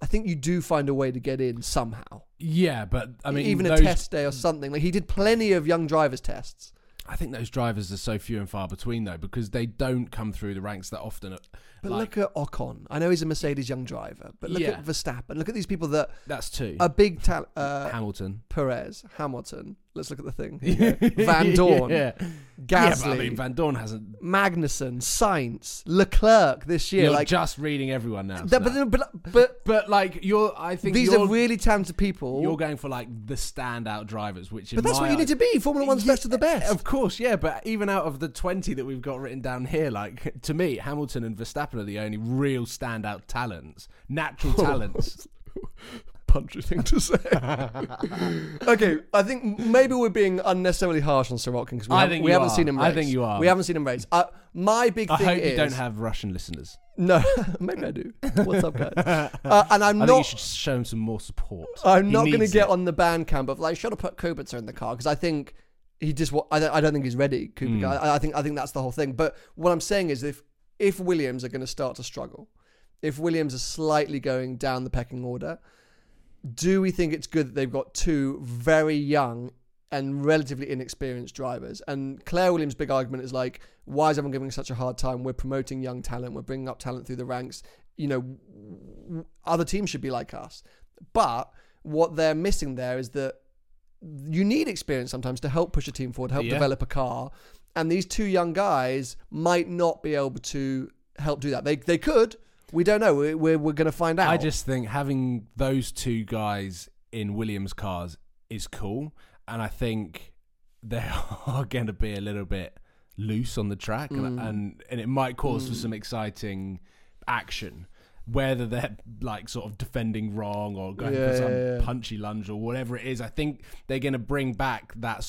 A: I think you do find a way to get in somehow.
B: Yeah, but I mean,
A: Even
B: those,
A: a test day or something. Like he did plenty of young drivers tests.
B: I think those drivers are so few and far between though because they don't come through the ranks that often.
A: But
B: Like,
A: look at Ocon. I know he's a Mercedes young driver, but look
B: Yeah.
A: at Verstappen. Look at these people that
B: that's two.
A: are big talent. Uh,
B: Hamilton,
A: Perez, Hamilton. Let's look at the thing. Here we go. Van Dorn,
B: yeah, yeah,
A: Gasly,
B: but I mean Van Dorn hasn't.
A: Magnussen, Sainz, Leclerc this year.
B: You're
A: like,
B: just reading everyone now.
A: that,
B: so-
A: but, but, but
B: But like you're, I think
A: these
B: you're,
A: are really talented people.
B: you're going for like the standout drivers, which. in
A: but that's
B: my
A: what you need
B: eyes-
A: to be. Formula One's best of the best.
B: Of course, yeah. But even out of the twenty that we've got written down here, like to me, Hamilton and Verstappen are the only real standout talents, natural talents.
A: Punchy thing to say. okay, I think maybe we're being unnecessarily harsh on Sorokin because we,
B: I
A: haven't-
B: think
A: we
B: you
A: haven't
B: are.
A: seen him.
B: I
A: Race.
B: think you are.
A: We haven't seen him race. Uh, my big
B: I
A: thing
B: hope
A: is
B: you don't have Russian listeners.
A: no. maybe I do. What's up, guys? Uh, and I'm
B: I think you
A: not.
B: should show him some more support.
A: I'm
B: He
A: not going to
B: needs
A: get
B: it.
A: on the band camp of like, should have put Kubica in the car because I think he just. wa- I don't, I don't think he's ready. Kubica.
B: Hmm.
A: I, I think. I think that's the whole thing. But what I'm saying is, if if Williams are going to start to struggle, if Williams are slightly going down the pecking order, do we think it's good that they've got two very young and relatively inexperienced drivers? And Claire Williams' big argument is like, why is everyone giving us such a hard time? We're promoting young talent. We're bringing up talent through the ranks. You know, w- w- other teams should be like us. But what they're missing there is that you need experience sometimes to help push a team forward, help
B: Yeah.
A: develop a car. And these two young guys might not be able to help do that. They, they could. We don't know. We- We're, we're going to find out.
B: I just think having those two guys in Williams cars is cool, and I think they are going to be a little bit loose on the track, and,
A: Mm.
B: and and it might cause for some exciting action. Whether they're like sort of defending wrong or going
A: Yeah,
B: for some
A: yeah, yeah.
B: punchy lunge or whatever it is, I think they're going to bring back that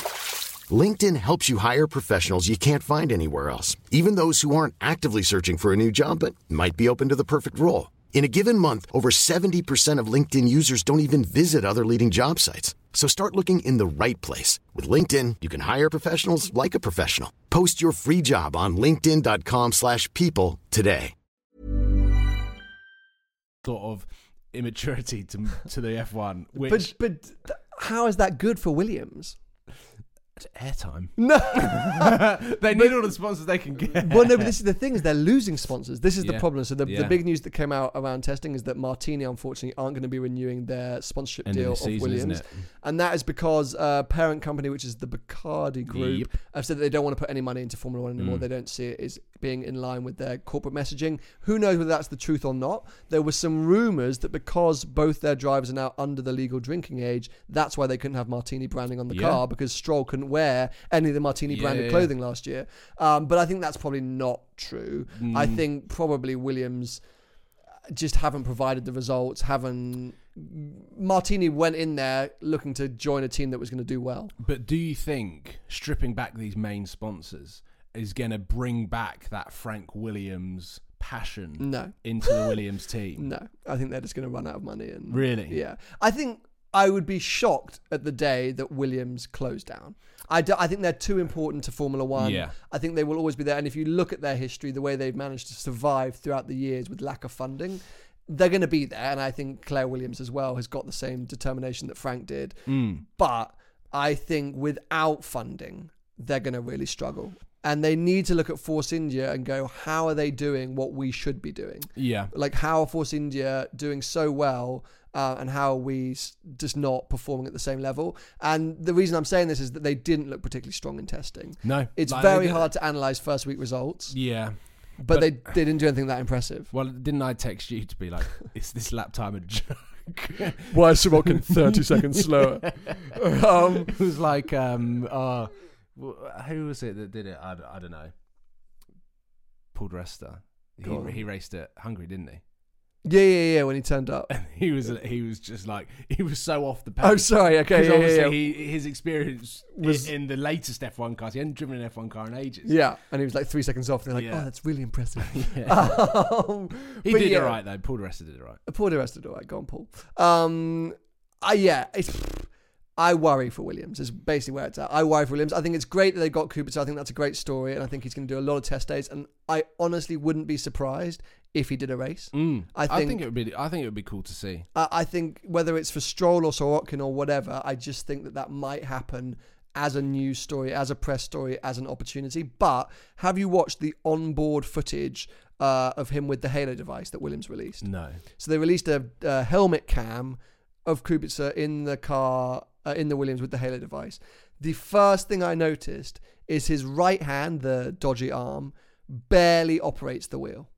C: LinkedIn helps you hire professionals you can't find anywhere else, even those who aren't actively searching for a new job but might be open to the perfect role. In a given month, over 70% of LinkedIn users don't even visit other leading job sites. So start looking in the right place. With LinkedIn, you can hire professionals like a professional. Post your free job on linkedin.com/people slash people today.
B: sort of immaturity to to the F1, which
A: But but th- how is that good for Williams?
B: airtime.
A: No.
B: they need all the sponsors they can get.
A: well, no. But this is the thing: is they're losing sponsors. This is the
B: Yeah.
A: problem. So the, the
B: Yeah.
A: big news that came out around testing is that Martini, unfortunately, aren't going to be renewing their sponsorship
B: End of
A: deal
B: the
A: of,
B: season, isn't
A: Williams,
B: it?
A: and that is because uh, parent company, which is the Bacardi Group,
B: Yep. Mm.
A: have said that they don't want to put any money into Formula One anymore. They don't see it as being in line with their corporate messaging. Who knows whether that's the truth or not? There were some rumours that because both their drivers are now under the legal drinking age, that's why they couldn't have Martini branding on the
B: Yeah.
A: car because Stroll couldn't wear any of the Martini
B: Yeah,
A: branded
B: yeah, yeah.
A: clothing last year. Um, but I think that's probably not true. I
B: Mm.
A: think probably Williams uh, just haven't provided the results, haven't. Martini went in there looking to join a team that was going to do well.
B: But do you think stripping back these main sponsors is going to bring back that Frank Williams passion
A: No.
B: into the Williams team?
A: No, I think they're just going to run out of money. And
B: Really?
A: yeah, I think I would be shocked at the day that Williams closed down. I, do- I think they're too important to Formula One.
B: Yeah.
A: I think they will always be there. And if you look at their history, the way they've managed to survive throughout the years with lack of funding, they're going to be there. And I think Claire Williams as well has got the same determination that Frank did.
B: Mm.
A: But I think without funding, they're going to really struggle. And they need to look at Force India and go, how are they doing what we should be doing?
B: Yeah.
A: like how are Force India doing so well uh, and how are we s- just not performing at the same level? And the reason I'm saying this is that they didn't look particularly strong in testing.
B: No.
A: It's
B: Like,
A: very
B: they-
A: hard to analyze first week results.
B: Yeah.
A: But, they, they didn't do anything that impressive.
B: Well, didn't I text you to be like, is this lap time a joke?
A: Why is Sorokin 30 seconds slower? um,
B: it was like, um, uh, wh- who was it that did it? I, d- I don't know. Paul Dresta.
A: Go on.
B: He, he raced at Hungary, didn't he?
A: yeah, yeah, yeah, when he turned up.
B: And he was he was just like he was so off the pace.
A: Oh, sorry. Okay,
B: 'Cause
A: yeah, yeah, yeah.
B: obviously He, his experience
A: Was-
B: was in the latest F1 cars. He hadn't driven an F1 car in ages.
A: Yeah, and he was like three seconds off. And they're like,
B: Yeah.
A: oh, that's really impressive.
B: Yeah.
A: um,
B: he
A: but
B: did
A: yeah,
B: it right though. Paul Dresta did it right.
A: Paul De Resta did all right. Go on, Paul. Um, I, yeah, it's, I worry for Williams. Is basically where it's at. I worry for Williams. I think it's great that they got Cooper. So I think that's a great story, and I think he's going to do a lot of test days. And I honestly wouldn't be surprised if he did a race. I
B: Mm. I
A: think. I
B: think it would be. I think it would be cool to see.
A: I, think whether it's for Stroll or Sorokin or whatever, I just think that that might happen as a news story, as a press story, as an opportunity. But have you watched the onboard footage uh, of him with the Halo device that Williams released?
B: No.
A: So they released a, a helmet cam of Kubica in the car, uh, in the Williams with the Halo device. The first thing I noticed is his right hand, the dodgy arm, barely operates the wheel.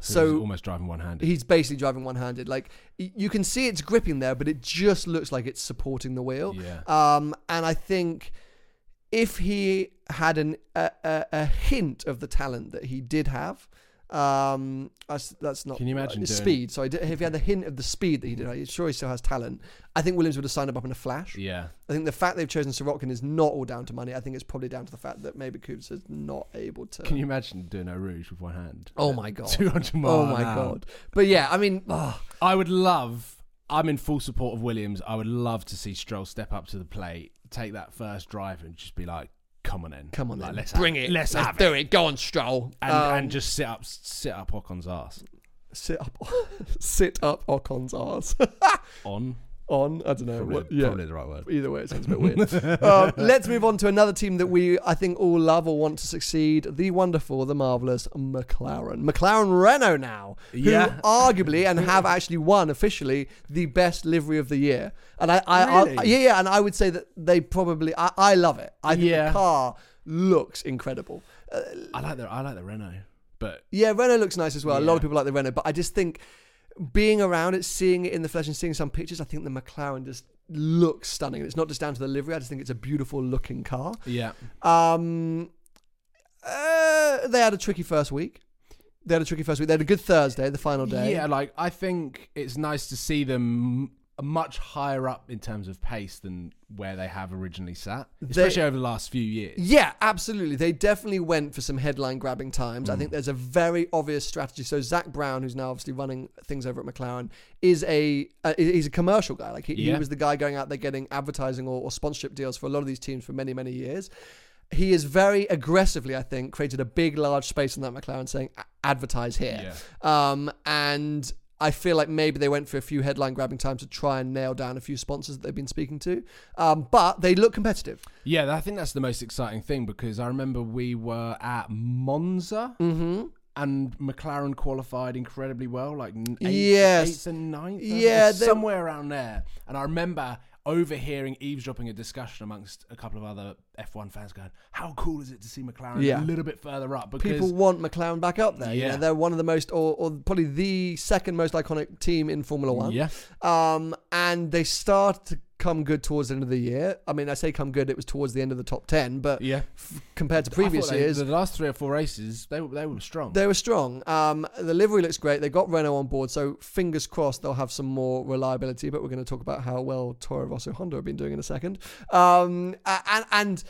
B: So he's
A: So
B: almost driving one-handed.
A: he's basically driving one-handed. Like y- you can see it's gripping there, but it just looks like it's supporting the wheel.
B: Yeah.
A: Um, and I think if he had an a, a, a hint of the talent that he did have, um, that's, that's not.
B: Can you imagine
A: uh,
B: doing- Mm.
A: speed? So I did- if he had the hint of the speed that he did, I'm sure he still has talent. I think Williams would have signed him up in a flash.
B: yeah.
A: I think the fact they've chosen Sorokin is not all down to money. I think it's probably down to the fact that maybe Coops is not able to.
B: Can you imagine doing a rouge with one hand?
A: Oh my god!
B: 200 mile
A: Oh
B: an
A: my
B: hour.
A: god! But yeah, I mean, ah,
B: I would love. I'm in full support of Williams. I would love to see Stroll step up to the plate, take that first drive, and just be like, "Come on in,
A: Come on
B: like,
A: in.
B: let's
A: Bring
B: have,
A: it.
B: let's, have
A: do
B: it."
A: it. Go on, Stroll.
B: And,
A: Um,
B: and just sit up, sit up Ocon's ass
A: sit up, sit up Ocon's arse
B: on.
A: on. I don't know.
B: Probably,
A: what, yeah.
B: probably the right word.
A: Either way, it sounds a bit weird. um, let's move on to another team that we, I think, all love or want to succeed: the wonderful, the marvelous McLaren. McLaren Renault now, who
B: Yeah.
A: arguably and have actually won officially the best livery of the year. And I, I, I-
B: Really?
A: yeah, yeah, and I would say that they probably, I, I love it. I think the
B: Yeah.
A: car looks incredible.
B: I like the I like the Renault, but
A: Yeah, Renault looks nice as well. A lot of
B: Yeah.
A: people like the Renault, but I just think being around it, seeing it in the flesh, and seeing some pictures, I think the McLaren just looks stunning. And it's not just down to the livery. I just think it's a beautiful looking car.
B: yeah,
A: Um, uh, they had a tricky first week. They had a tricky first week. They had a good Thursday, the final day.
B: yeah. Like I think it's nice to see them much higher up in terms of pace than where they have originally sat, especially over the last few years.
A: Yeah, absolutely. They definitely went for some headline grabbing times. I think there's a very obvious strategy. So Zach Brown, who's now obviously running things over at McLaren, is a uh, he's a commercial guy. Like he, he
B: Yeah.
A: was the guy going out there getting advertising or, or sponsorship deals for a lot of these teams for many many years. He is very aggressively, I think, created a big large space in that McLaren saying "A- advertise here. Um, and I feel like maybe they went for a few headline grabbing times to try and nail down a few sponsors that they've been speaking to. Um, but they look competitive.
B: Yeah, I think that's the most exciting thing because I remember we were at Monza
A: Mm-hmm.
B: and McLaren qualified incredibly well, like n- eighth,
A: Yes.
B: eighth and ninth, I
A: Yeah,
B: think,
A: they-
B: somewhere around there. And I remember overhearing eavesdropping a discussion amongst a couple of other F1 fans going, "How cool is it to see McLaren
A: Yeah.
B: a little bit further up?" Because
A: people want McLaren back up there. Yeah,
B: Yeah.
A: they're one of the most, or, or probably the second most iconic team in Formula One.
B: yeah,
A: Um, and they start to come good towards the end of the year. I mean, I say come good; it was towards the end of the top ten, but
B: yeah.
A: f- compared to
B: I thought
A: previous
B: they-
A: years,
B: the last three or four races, they were they were strong.
A: they were strong. Um, the livery looks great. They got Renault on board, so fingers crossed they'll have some more reliability. But we're going to talk about how well Toro Rosso Honda have been doing in a second. Um, a- and and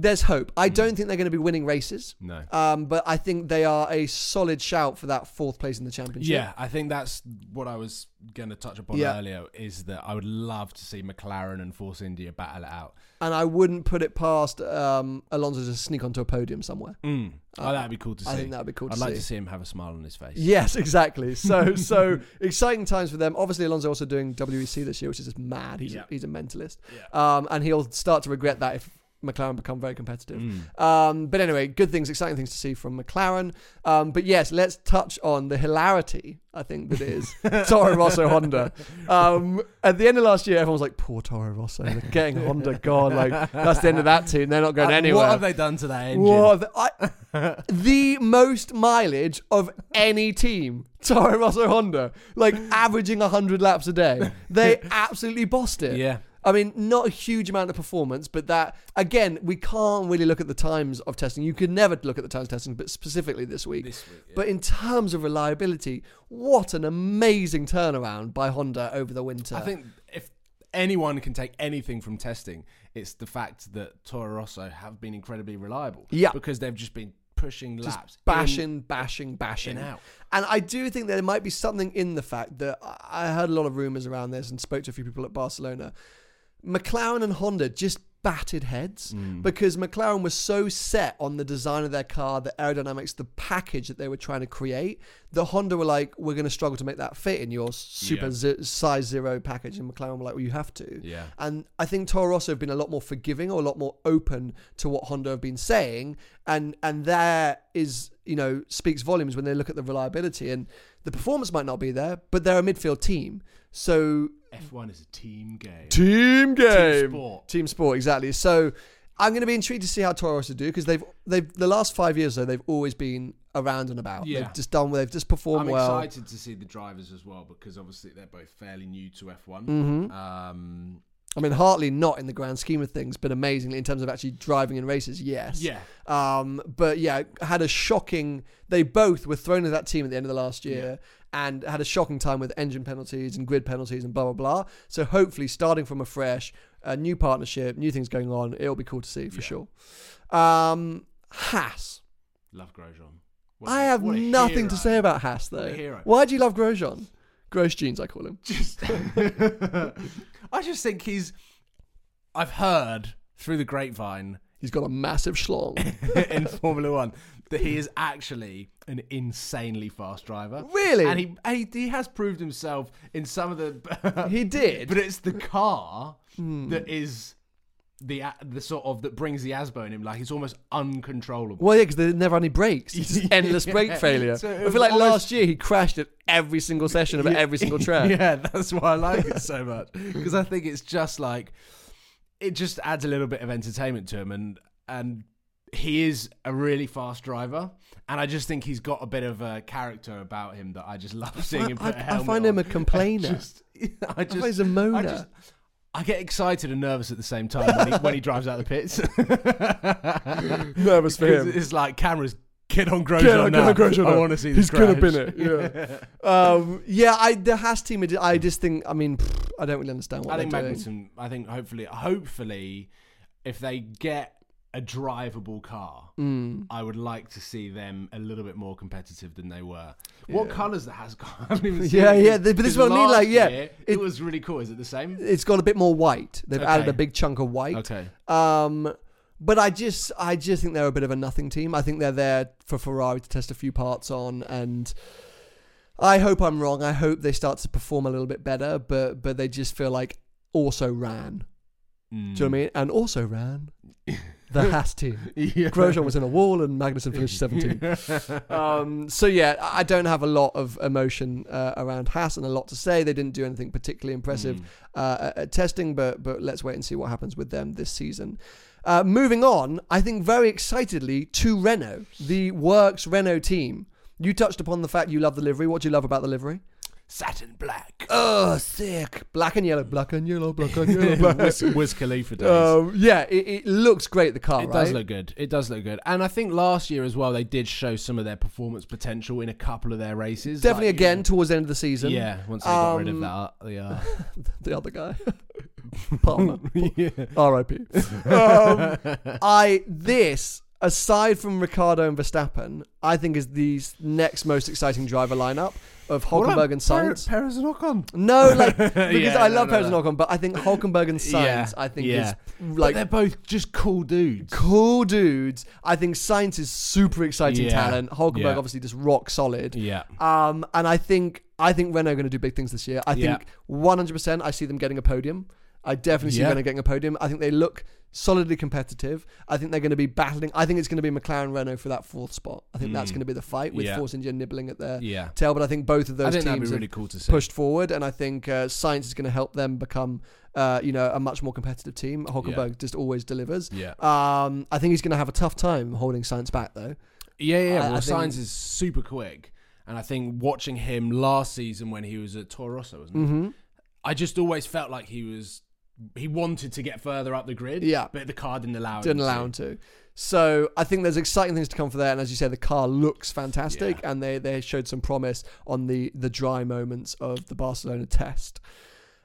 A: there's hope. I don't think they're going to be winning races.
B: Mm. no,
A: Um, but I think they are a solid shout for that fourth place in the championship.
B: Yeah, I think that's what I was going to touch upon
A: Yeah.
B: earlier. Is that I would love to see McLaren and Force India battle it out.
A: And I wouldn't put it past um, Alonso to sneak onto a podium somewhere.
B: oh, that'd be cool to see.
A: I think that'd be cool to
B: I'd like
A: see.
B: to see him have a smile on his face.
A: Yes, exactly. So so exciting times for them. Obviously, Alonso E also doing WEC this year, which is just mad. He's
B: Yeah.
A: he's a mentalist.
B: Yeah.
A: Um, and he'll start to regret that if McLaren become very competitive.
B: Mm.
A: Um, but anyway, good things, exciting things to see from McLaren. Um, but yes, let's touch on the hilarity, I think, that is Toro Rosso Honda. Um, at the end of last year, everyone was like, poor Toro Rosso, they're getting Honda gone. Like, that's the end of that team. They're not going anywhere.
B: Uh, What have they done to that engine?
A: What the, I, the most mileage of any team, Toro Rosso Honda, like averaging 100 laps a day. They absolutely bossed it.
B: Yeah.
A: I mean, not a huge amount of performance, but that, again, we can't really look at the times of testing. You could never look at the times of testing, but specifically this week. But in terms of reliability, what an amazing turnaround by Honda over the winter.
B: I think if anyone can take anything from testing, it's the fact that Toro Rosso have been incredibly reliable.
A: Yeah.
B: Because they've just been pushing laps.
A: Just bashing, bashing, bashing.
B: in, out.
A: And I do think there might be something in the fact that I I heard a lot of rumors around this and spoke to a few people at Barcelona. McLaren and Honda just batted heads
B: Hmm.
A: because McLaren was so set on the design of their car, the aerodynamics, the package that they were trying to create, that Honda were like, we're going to struggle to make that fit in your super
B: Yeah.
A: ze- size zero package. And McLaren were like, well, you have to.
B: Yeah.
A: And I think Toro Rosso have been a lot more forgiving or a lot more open to what Honda have been saying, and and there is you know speaks volumes when they look at the reliability and the performance might not be there, but they're a midfield team, so
B: F1 is a team game.
A: team game,
B: sport.
A: team sport exactly. So I'm going to be intrigued to see how Toro Rosso do because they've they've the last five years though they've always been around and about.
B: Yeah.
A: They've just done they've just performed
B: I'm
A: well.
B: excited to see the drivers as well because obviously they're both fairly new to F1.
A: Mm-hmm.
B: Um,
A: I mean, Hartley not in the grand scheme of things, but amazingly in terms of actually driving in races, yes.
B: Yeah.
A: Um, but yeah, had a shocking. They both were thrown into that team at the end of the last year and had a shocking time with engine penalties and grid penalties and blah blah blah. So hopefully, starting from afresh, a new partnership, new things going on. It'll be cool to see for sure. Um, Haas.
B: love Grosjean. What a-
A: I have
B: what a
A: nothing to
B: hero.
A: say about Haas though.
B: a hero.
A: Why do you love Grosjean? Gross jeans, I call him.
B: I just think he's. I've heard through the grapevine
A: He's got a massive schlong.
B: in Formula One that he is actually an insanely fast driver.
A: Really?
B: And he and he, he has proved himself in some of the.
A: He did. Hmm.
B: but it's the car that is the a- the sort of that brings the asbo in him. Like it's almost uncontrollable.
A: Well, yeah, because they never had any brakes. It's just endless brake
B: Yeah.
A: failure.
B: So it
A: I
B: was
A: feel like
B: almost-
A: last year he crashed at every single session of every single track.
B: yeah, that's why I like it so much because I think it's just like it just adds a little bit of entertainment to him, and and he is a really fast driver, and I just think he's got a bit of a character about him that I just love seeing him.
A: I-
B: Put a
A: I
B: helmet
A: find him
B: on.
A: a complainer.
B: I just, I just,
A: he's a
B: I
A: moaner.
B: just- I get excited and nervous at the same time when he, when he drives out of the pits.
A: Nervous for
B: Because
A: him.
B: It's like cameras. Get on Grosjean
A: Get on- get
B: now.
A: on Grosjean
B: I
A: now.
B: want to see.
A: He's
B: this
A: gonna
B: crash.
A: bin it, yeah. um, yeah, I the Haas team. I ju- I just think. I mean, pfft, I don't really understand what
B: I think
A: they're doing.
B: Magnussen. I think hopefully, hopefully, if they get a drivable car,
A: Mm.
B: I would like to see them a little bit more competitive than they were. What colours that has got? I haven't even seen
A: Yeah,
B: it.
A: yeah, th- but this is what I mean,
B: last
A: like, yeah,
B: year, it,
A: it-
B: was really cool. Is it the same?
A: It's got a bit more white. They've added
B: Okay.
A: a big chunk of white.
B: Okay.
A: Um, but I just, I just think they're a bit of a nothing team. I think they're there for Ferrari to test a few parts on, and I hope I'm wrong. I hope they start to perform a little bit better, but but they just feel like also ran.
B: Mm.
A: Do you know what I mean? And also ran the Haas team. Grosjean was in a wall, and Magnussen finished 17th. um, so yeah, I I don't have a lot of emotion uh, around Haas and a lot to say. They didn't do anything particularly impressive
B: Hmm.
A: uh, at, at testing, but but let's wait and see what happens with them this season. Uh, moving on, I think very excitedly to Renault, the Works Renault team. You touched upon the fact you love the livery. What do you love about the livery?
B: Satin black.
A: Oh, sick! Black and yellow, black and yellow, black and yellow, black.
B: Wiz, Wiz Khalifa days.
A: Um, yeah, it, it looks great. The car,
B: It
A: right?
B: does look good. It does look good. And I think last year as well, they did show some of their performance potential in a couple of their races.
A: definitely
B: Like,
A: again towards the end of the season.
B: Yeah, once they got rid of
A: Um,
B: that, the, uh,
A: the other guy, Palmer. R.I.P. Um, I this aside from Ricardo and Verstappen, I think is the s- next most exciting driver lineup of Hulkenberg and Sainz.
B: Perez and Ocon.
A: no, like because
B: Yeah,
A: I
B: no,
A: love
B: no,
A: Perez
B: no.
A: and Ocon, but I think Hulkenberg and Sainz, I think is
B: like
A: like
B: they're both just cool dudes.
A: cool dudes. I think Sainz is super exciting
B: Yeah.
A: talent. Hulkenberg
B: Yeah.
A: obviously just rock solid.
B: Yeah.
A: Um, and I think I think Renault are going to do big things this year. I
B: Yeah.
A: think 100%. I see them getting a podium. I definitely see
B: Yeah.
A: Renault getting a podium. I think they look solidly competitive. I think they're going to be battling. I think it's going to be McLaren Renault for that fourth spot. I think that's going to be the fight with
B: Hmm. Yeah.
A: Force India nibbling at their
B: Yeah.
A: tail. But I think both of those
B: I think that'd be
A: teams have
B: really cool to see.
A: pushed forward, and I think uh, science is going to help them become. Uh, you know, a much more competitive team. Hockenberg just always delivers.
B: Yeah.
A: Um, I think he's going to have a tough time holding science back, though.
B: Yeah, yeah.
A: I-
B: well,
A: I think-
B: Signs is super quick, and I think watching him last season when he was at Toro Rosso, wasn't
A: Mm-hmm.
B: it? I just always felt like he was he wanted to get further up the grid.
A: Yeah.
B: but the car didn't allow
A: didn't
B: him.
A: allow
B: to.
A: him to. So I think there's exciting things to come for there, and as you say, the car looks fantastic,
B: Yeah.
A: and they they showed some promise on the the dry moments of the Barcelona test.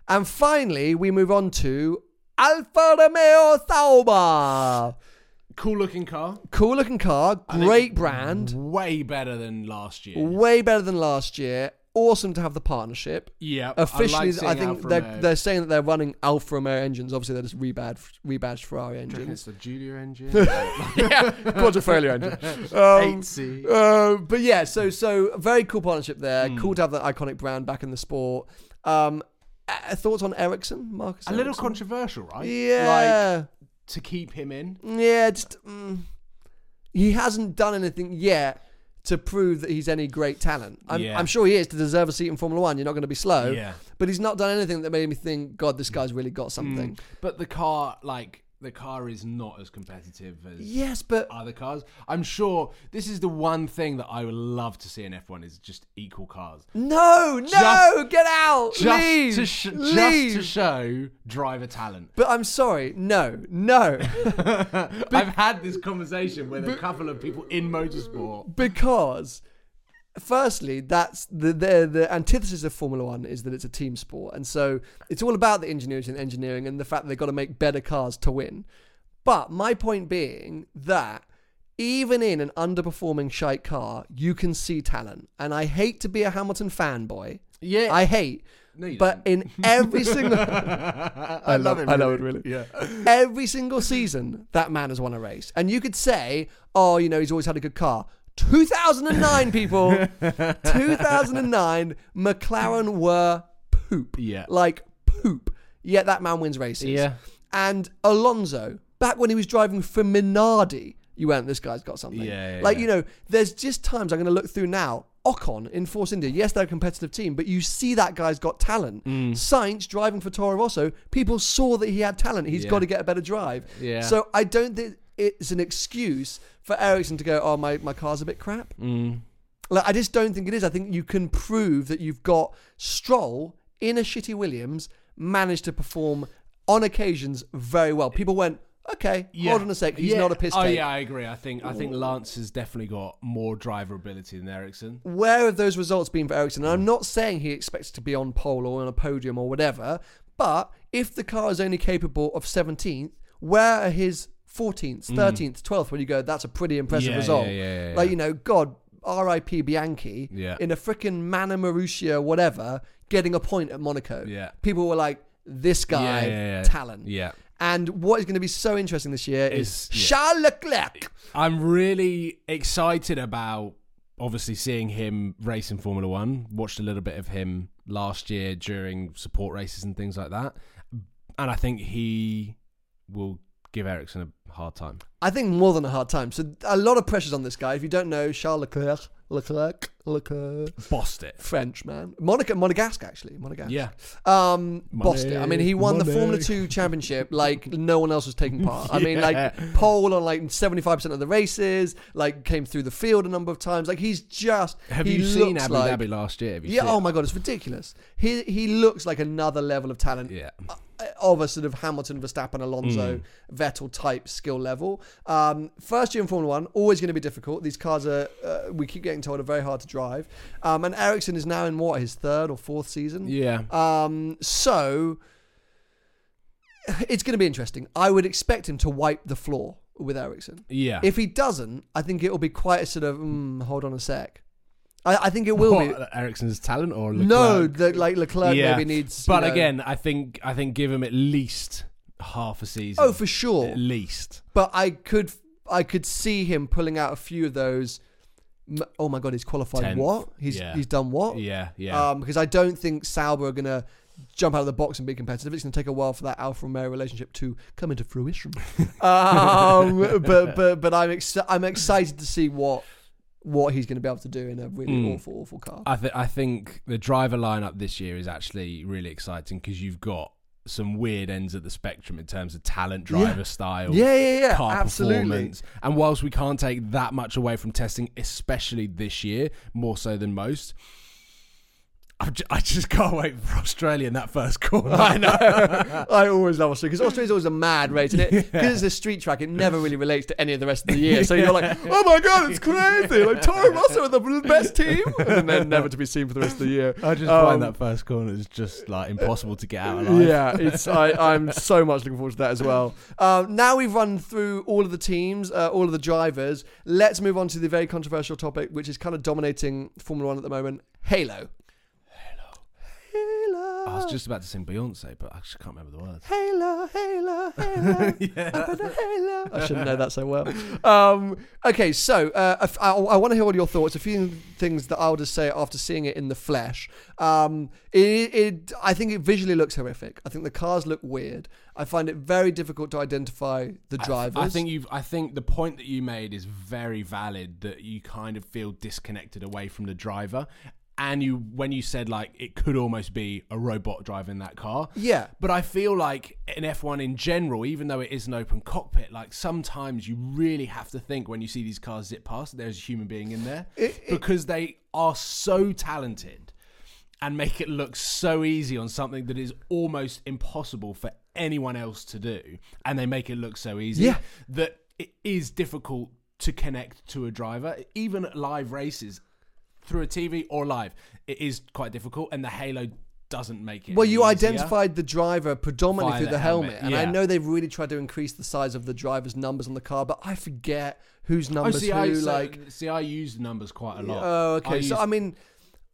A: And finally, we move on to Alfa Romeo Sauber.
B: Cool looking car,
A: Cool looking car,
B: I think
A: great brand,
B: way better than last year.
A: way better than last year. Awesome to have the partnership.
B: yeah, I like
A: Officially, I,
B: seeing
A: think
B: Alfa
A: they're,
B: Romeo.
A: they're saying that they're running Alfa Romeo engines. Obviously, they're just rebadged, rebadged Ferrari
D: Do you reckon
A: engines.
D: it's the Julia engine.
A: yeah, quadrifoglio engine. Um,
D: 8C.
A: uh, but yeah, so so very cool partnership there.
B: Hmm.
A: Cool to have that iconic brand back in the sport. Um, uh, thoughts on Ericsson, Marcus?
B: a little
A: Ericsson?
B: controversial, right? like
A: Yeah,
B: to keep him in.
A: yeah. Just mm, he hasn't done anything yet to prove that he's any great talent. I'm,
B: Yeah.
A: I'm sure he is to deserve a seat in Formula One. You're not going to be slow.
B: Yeah. Mm.
A: But he's not done anything that made me think, God, this guy's really got something.
B: But the car, like the car, is not as competitive as
A: Yes, but
B: other cars. I'm sure this is the one thing that I would love to see in F1 is just equal cars.
A: no, no,
B: Just-
A: get out,
B: Just
A: leave,
B: to sh-
A: leave.
B: just to show driver talent.
A: But I'm sorry, no, no,
B: I've had this conversation with a couple of people in motorsport.
A: because firstly, that's the, the the antithesis of Formula One is that it's a team sport, and so it's all about the ingenuity and engineering and the fact that they've got to make better cars to win. But my point being that even in an underperforming shite car, you can see talent, and I hate to be a Hamilton fanboy.
B: Yeah.
A: I hate.
B: you
A: but in every single, I love it. I love it really.
B: Yeah.
A: every single season that man has won a race. And you could say, oh, you know, he's always had a good car. 2009 people, 2009 McLaren were poop.
B: Yeah.
A: Like poop. Yet that man wins races.
B: Yeah.
A: And Alonso, back when he was driving for Minardi, you went, this guy's got something.
B: Yeah, yeah,
A: like,
B: yeah.
A: you know, there's just times I'm going to look through now. Ocon in Force India, yes, they're a competitive team, but you see that guy's got talent.
B: Mm.
A: Science driving for Toro Rosso, people saw that he had talent. He's got to get a better drive.
B: Yeah.
A: So I don't think it's an excuse for Ericsson to go, oh, my, my car's a bit crap.
B: Mm.
A: Like, I just don't think it is. I think you can prove that you've got Stroll in a shitty Williams managed to perform on occasions very well. People went, okay, hold on a sec, he's
B: Yeah.
A: not a piss
B: Oh
A: take.
B: yeah, I agree. I think I think Lance has definitely got more driver ability than Ericsson.
A: Where have those results been for Ericsson? And
B: Hmm.
A: I'm not saying he expects to be on pole or on a podium or whatever, but if the car is only capable of 17th, where are his 14th, 13th, 12th? When you go, that's a pretty impressive
B: Hmm. Yeah,
A: result.
B: yeah, yeah, yeah,
A: Like,
B: yeah.
A: you know, God, R.I.P. Bianchi
B: Yeah.
A: in a freaking Mana Marussia, whatever, getting a point at Monaco.
B: Yeah.
A: People were like, this guy,
B: Yeah, yeah, yeah.
A: talent.
B: Yeah.
A: And what is going to be so interesting this year is
B: Is- yeah.
A: Charles Leclerc.
B: I'm really excited about obviously seeing him race in Formula One. Watched a little bit of him last year during support races and things like that. And I think he will give Ericsson a hard time.
A: I think more than a hard time. So a lot of pressure's on this guy. If you don't know, Charles Leclerc, Leclerc, Leclerc,
B: Bossed it.
A: French man, Monica, Monegasque actually, Monegasque.
B: Yeah.
A: Um, bossed it. I
B: Monet,
A: mean, he won the
B: Monet.
A: Formula Two championship like no one else was taking part. I mean, like pole on like seventy five percent of the races. Like came through the field a number of times. Like he's just.
B: Have
A: he
B: you seen
A: looks
B: Abu
A: like-
B: Dhabi last year? Have you
A: Yeah.
B: seen
A: Oh
B: it?
A: my god, it's ridiculous. He he looks like another level of talent
B: Yeah.
A: of a sort of Hamilton, Verstappen, Alonso,
B: Hmm.
A: Vettel type skill level. Um, first year in Formula One, always going to be difficult. These cars are, uh, we keep getting told, are very hard to drive. Um, and Ericsson is now in what, his third or fourth season?
B: Yeah.
A: Um, so it's going to be interesting. I would expect him to wipe the floor with Ericsson.
B: yeah.
A: If he doesn't, I think it will be quite a sort of, mm, hold on a sec. I, I think it will be.
B: What, Ericsson's talent or Leclerc?
A: No, the, like Leclerc maybe needs. you
B: But
A: know-
B: again, I think I think give him at least half a season.
A: Oh, for sure.
B: At least.
A: but I could I could see him pulling out a few of those. m- Oh my god, he's qualified
B: Tenth,
A: what? He's
B: yeah.
A: he's done what?
B: Yeah, yeah.
A: Um, because I don't think Sauber are gonna jump out of the box and be competitive. It's going to take a while for that alpha and male relationship to come into fruition. um, but but but I'm ex- I'm excited to see what what he's going to be able to do in a really
B: Hmm.
A: awful awful car.
B: I, th- I think the driver lineup this year is actually really exciting because you've got some weird ends of the spectrum in terms of talent, driver style,
A: Yeah, yeah, yeah,
B: car
A: absolutely.
B: performance. And whilst we can't take that much away from testing, especially this year, more so than most. I'm ju- I just can't wait for Australia in that first corner. I know.
A: I always love Australia because Australia's always a mad race, and because it's a street track, it never really relates to any of the rest of the year. So you're like, oh my god, it's crazy! Like Toro Rosso are the best team, and then never to be seen for the rest of the year.
B: I just
A: Um,
B: find that first corner is just like impossible to get out alive.
A: Yeah, it's I, I'm so much looking forward to that as well. Um, now we've run through all of the teams, uh, all of the drivers. Let's move on to the very controversial topic, which is kind of dominating Formula One at the moment: Halo. Halo.
B: I was just about to sing Beyonce, but I just can't remember the words.
A: Halo, Halo, Halo. Up in the Halo. I shouldn't know that so well. Um, okay, so uh, I, want to hear all your thoughts. A few things that I'll just say after seeing it in the flesh. Um, it, it, I think it visually looks horrific. I think the cars look weird. I find it very difficult to identify the drivers.
B: I think you've. I think the point that you made is very valid. That you kind of feel disconnected away from the driver, and you when you said like it could almost be a robot driving that car.
A: Yeah.
B: But I feel like in F1 in general, even though it is an open cockpit, like sometimes you really have to think when you see these cars zip past that there's a human being in there because they are so talented and make it look so easy on something that is almost impossible for anyone else to do and they make it look so easy
A: Yeah.
B: that it is difficult to connect to a driver even at live races through a TV or live it is quite difficult and the halo doesn't make it
A: Well, you
B: any easier.
A: identified the driver predominantly
B: Via
A: through
B: the
A: the helmet,
B: helmet,
A: and I
B: yeah.
A: know they've really tried to increase the size of the driver's numbers on the car, but I forget whose numbers
B: Oh, see,
A: who
B: I, so-
A: like.
B: see, I use numbers quite a lot.
A: Oh, okay. so
B: use-
A: I mean,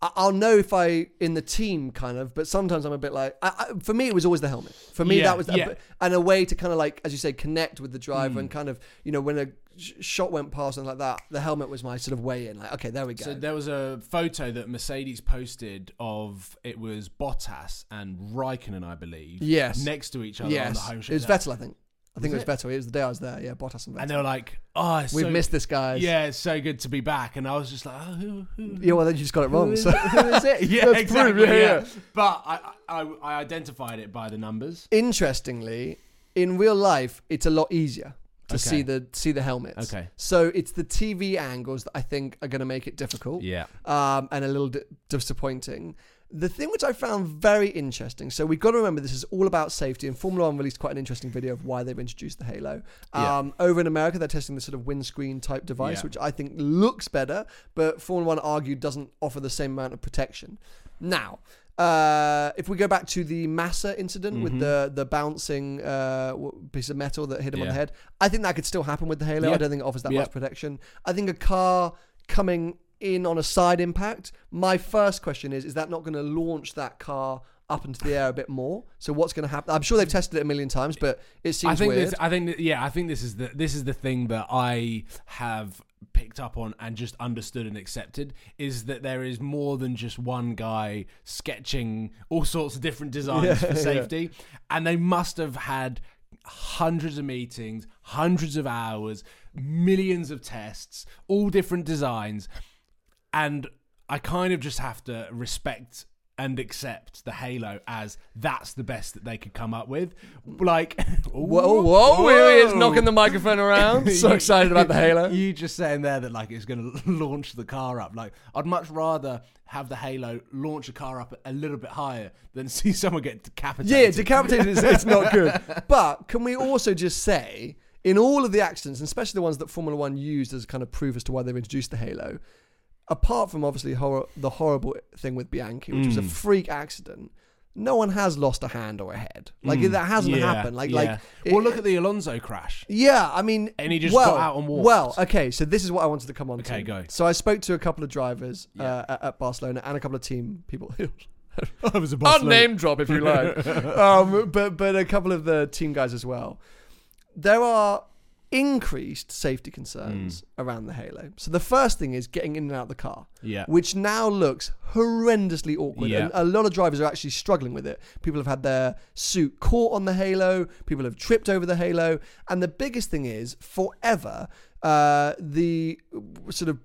A: I- I'll know if I in the team kind of, but sometimes I'm a bit like. I, I, for me, it was always the helmet. For me,
B: Yeah,
A: that was the,
B: yeah. Hmm.
A: and a way to kind of like, as you say, connect with the driver and kind of, you know, when a sh- shot went past and like that, the helmet was my sort of way in. Like, okay, there we go.
B: So there was a photo that Mercedes posted of it was Bottas and Raikkonen, I believe.
A: Yes.
B: Next to each other on
A: yes,
B: the home
A: it
B: straight.
A: was Vettel, I think. I think it was Vettel. It was the day I was there. Yeah, Bottas and Vettel.
B: And they were like, "Oh, it's
A: We've
B: so-
A: missed this, guys.
B: Yeah, it's so good to be back." And I was just like, "Oh, who, who,
A: yeah, well, then you just got it wrong.
B: who is,
A: so.
B: who is it?" Yeah,
A: That's
B: exactly.
A: brilliant, yeah,
B: yeah.
A: yeah.
B: But I, I, I identified it by the numbers.
A: interestingly, in real life, it's a lot easier to
B: Okay.
A: see the see the helmets.
B: Okay.
A: So it's the TV angles that I think are going to make it difficult.
B: Yeah.
A: Um, and a little di- disappointing. The thing which I found very interesting. So we've got to remember this is all about safety, and Formula One released quite an interesting video of why they've introduced the Halo.
B: Yeah.
A: Um, Over in America, they're testing this sort of windscreen type device,
B: Yeah.
A: which I think looks better, but Formula One argued doesn't offer the same amount of protection. Now, uh, if we go back to the Massa incident
B: Mm-hmm.
A: with the the bouncing uh, w- piece of metal that hit him on the
B: Yeah.
A: head, I think that could still happen with the Halo. I
B: Yep.
A: don't think it offers that much
B: Yep.
A: protection. I think a car coming in on a side impact. My first question is: Is that not going to launch that car? Up into the air a bit more. So what's going to happen? I'm sure they've tested it a million times, but it seems
B: I think
A: weird.
B: this. I think that- yeah. I think this is the this is the thing that I have picked up on and just understood and accepted is that there is more than just one guy sketching all sorts of different designs for safety, and they must have had hundreds of meetings, hundreds of hours, millions of tests, all different designs, and I kind of just have to respect and accept the Halo as that's the best that they could come up with. Like,
A: Whoa, whoa, whoa. He's knocking the microphone around. so excited about the Halo.
B: You just saying there that like it's going to launch the car up. Like, I'd much rather have the Halo launch a car up a little bit higher than see someone get decapitated.
A: Yeah, decapitated is it's not good. But can we also just say, in all of the accidents, and especially the ones that Formula One used as kind of proof as to why they've introduced the Halo, apart from obviously horror, the horrible thing with Bianchi, which was
B: Mm.
A: a freak accident, no one has lost a hand or a head. Like that hasn't
B: Mm. Yeah,
A: happened. Like,
B: yeah.
A: like
B: well,
A: it-
B: look at the Alonso crash.
A: yeah, I mean,
B: And he just
A: well,
B: got out and walked.
A: Well, okay, so this is what I wanted to come on to.
B: Okay, go.
A: So I spoke to a couple of drivers uh, at, at Barcelona and a couple of team people.
B: I was a
A: unnamed drop if you like. um, but but a couple of the team guys as well. There are increased safety
B: Mm.
A: concerns around the Halo. So the first thing is getting in and out of the car,
B: Yeah.
A: which now looks horrendously awkward.
B: Yeah.
A: And a lot of drivers are actually struggling with it. People have had their suit caught on the Halo, people have tripped over the Halo. And the biggest thing is, forever, uh, the sort of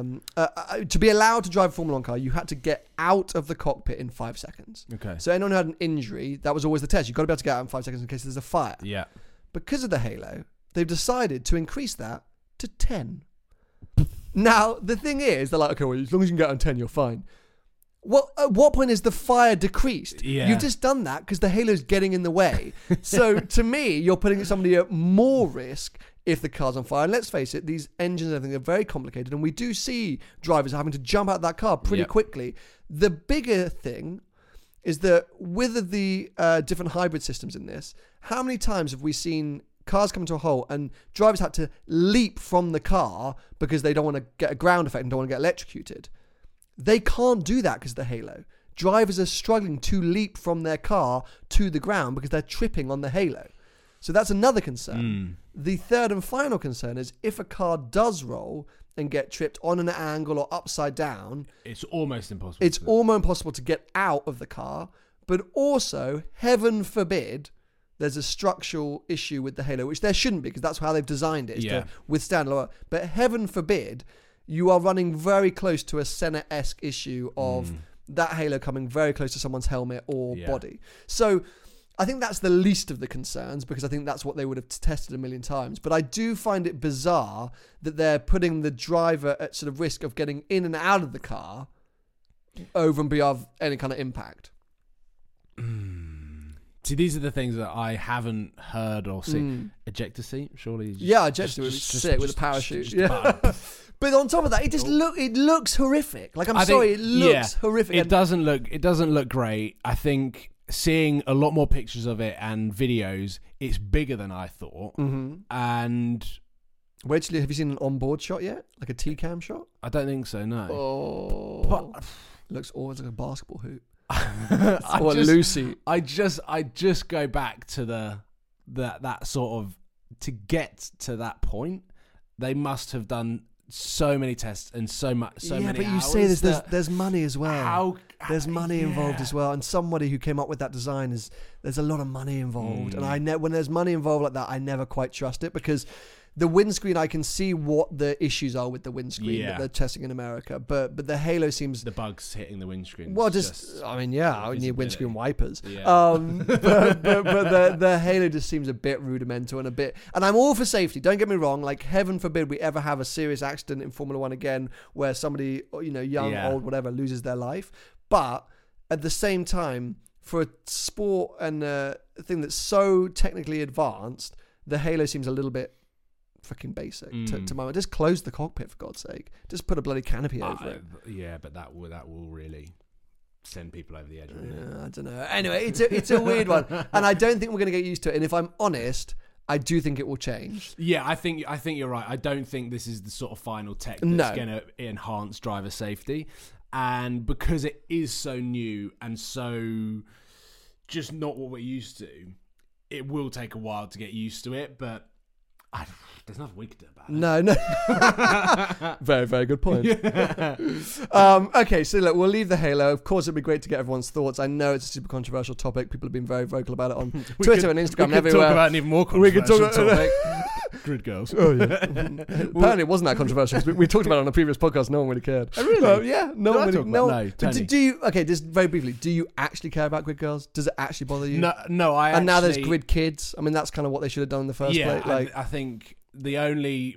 A: um, uh, uh, to be allowed to drive a Formula One car, you had to get out of the cockpit in five seconds.
B: Okay.
A: So anyone who had an injury, that was always the test. You've got to be able to get out in five seconds in case there's a fire
B: Yeah.
A: because of the Halo, they've decided to increase that to 10. Now, the thing is, they're like, okay, well, as long as you can get on 10, you're fine. Well, at what point is the fire decreased?
B: Yeah.
A: You've just done that because the Halo's getting in the way. so to me, you're putting somebody at more risk if the car's on fire. And let's face it, these engines and everything are very complicated. And we do see drivers having to jump out of that car pretty
B: Yep.
A: quickly. The bigger thing is that with the uh, different hybrid systems in this, how many times have we seen cars come to a halt and drivers had to leap from the car because they don't want to get a ground effect and don't want to get electrocuted? They can't do that because of the halo. Drivers are struggling to leap from their car to the ground because they're tripping on the halo. So that's another concern. The third and final concern is if a car does roll and get tripped on an angle or upside down,
B: It's almost impossible.
A: it's
B: to-
A: almost impossible to get out of the car, but also, heaven forbid, there's a structural issue with the halo, which there shouldn't be because that's how they've designed it, is
B: Yeah.
A: to withstand lower. But heaven forbid, you are running very close to a Senna esque issue of that halo coming very close to someone's helmet or
B: Mm. Yeah.
A: body. So. I think that's the least of the concerns because I think that's what they would have tested a million times. But I do find it bizarre that they're putting the driver at sort of risk of getting in and out of the car over and beyond any kind of impact.
B: See, these are the things that I haven't heard or seen. Ejector seat, surely. just-
A: Mm. Yeah, ejector
B: just-
A: was
B: just-
A: sick with
B: just-
A: a parachute.
B: just-
A: Yeah.
B: just about-
A: But on top of that, it just look it looks horrific. Like I'm
B: I think-
A: sorry, it looks
B: yeah,
A: horrific.
B: It
A: And
B: doesn't look. It doesn't look great. I think seeing a lot more pictures of it and videos, it's bigger than I
A: Mm.
B: thought,
A: Mm-hmm.
B: and
A: Wait till you- have you seen an onboard shot yet? Like a T cam shot?
B: I don't think so. No.
A: Oh,
B: But-
A: looks always like a basketball hoop.
B: I
A: or
B: just-
A: Lucy.
B: I just, I just go back to the that that sort of to get to that point. They must have done so many tests and so much, so
A: yeah,
B: many.
A: but you
B: hours
A: say there's, there's
B: that-
A: there's money as well.
B: How-
A: there's money involved
B: yeah.
A: as well, and somebody who came up with that design is there's a lot of money involved,
B: Mm.
A: and I ne- when there's money involved like that, I never quite trust it because the windscreen I can see what the issues are with the windscreen
B: Yeah.
A: that they're testing in America, but but the Halo seems
B: the bugs hitting the windscreen.
A: well,
B: It's
A: just, I mean, yeah, I need
B: visibility.
A: windscreen wipers.
B: Yeah.
A: Um, but but, but the, the Halo just seems a bit rudimental and a bit. And I'm all for safety. Don't get me wrong. Like heaven forbid we ever have a serious accident in Formula One again, where somebody you know, young,
B: Yeah.
A: old, whatever, loses their life. But at the same time, for a sport and a thing that's so technically advanced, the Halo seems a little bit. Freaking basic to,
B: Mm.
A: to my mind. Just close the cockpit for God's sake. Just put a bloody canopy over
B: Uh,
A: it.
B: yeah, but that will that will really send people over the edge. won't it?
A: Yeah, Uh, I don't know. Anyway, it's a, it's a weird one, and I don't think we're going to get used to it. And if I'm honest, I do think it will change.
B: Yeah, I think I think you're right. I don't think this is the sort of final tech that's
A: No.
B: going to enhance driver safety, and because it is so new and so just not what we're used to, it will take a while to get used to it. But I, there's nothing we can do about it.
A: No, no. very, very good point. um, okay, so look, we'll leave the Halo. Of course, it'd be great to get everyone's thoughts. I know it's a super controversial topic. People have been very vocal about it on Twitter and Instagram and
B: we could
A: everywhere.
B: talk about an even more
A: We could talk
B: controversial topic. Grid girls. Oh yeah.
A: Apparently, it wasn't that controversial. 'cause we, we talked about it on a previous podcast. No one really cared. really? yeah. No
B: Oh,
A: one
B: Did I
A: really.
B: talk about-
A: no.
B: no,
A: but do,
B: Tony.
A: do you? Okay, just very briefly. Do you actually care about grid girls? Does it actually bother you?
B: no, no, I
A: and now there's
B: actually-
A: grid kids. I mean, that's kind of what they should have done in the first
B: yeah,
A: place.
B: I,
A: Like,
B: I think the only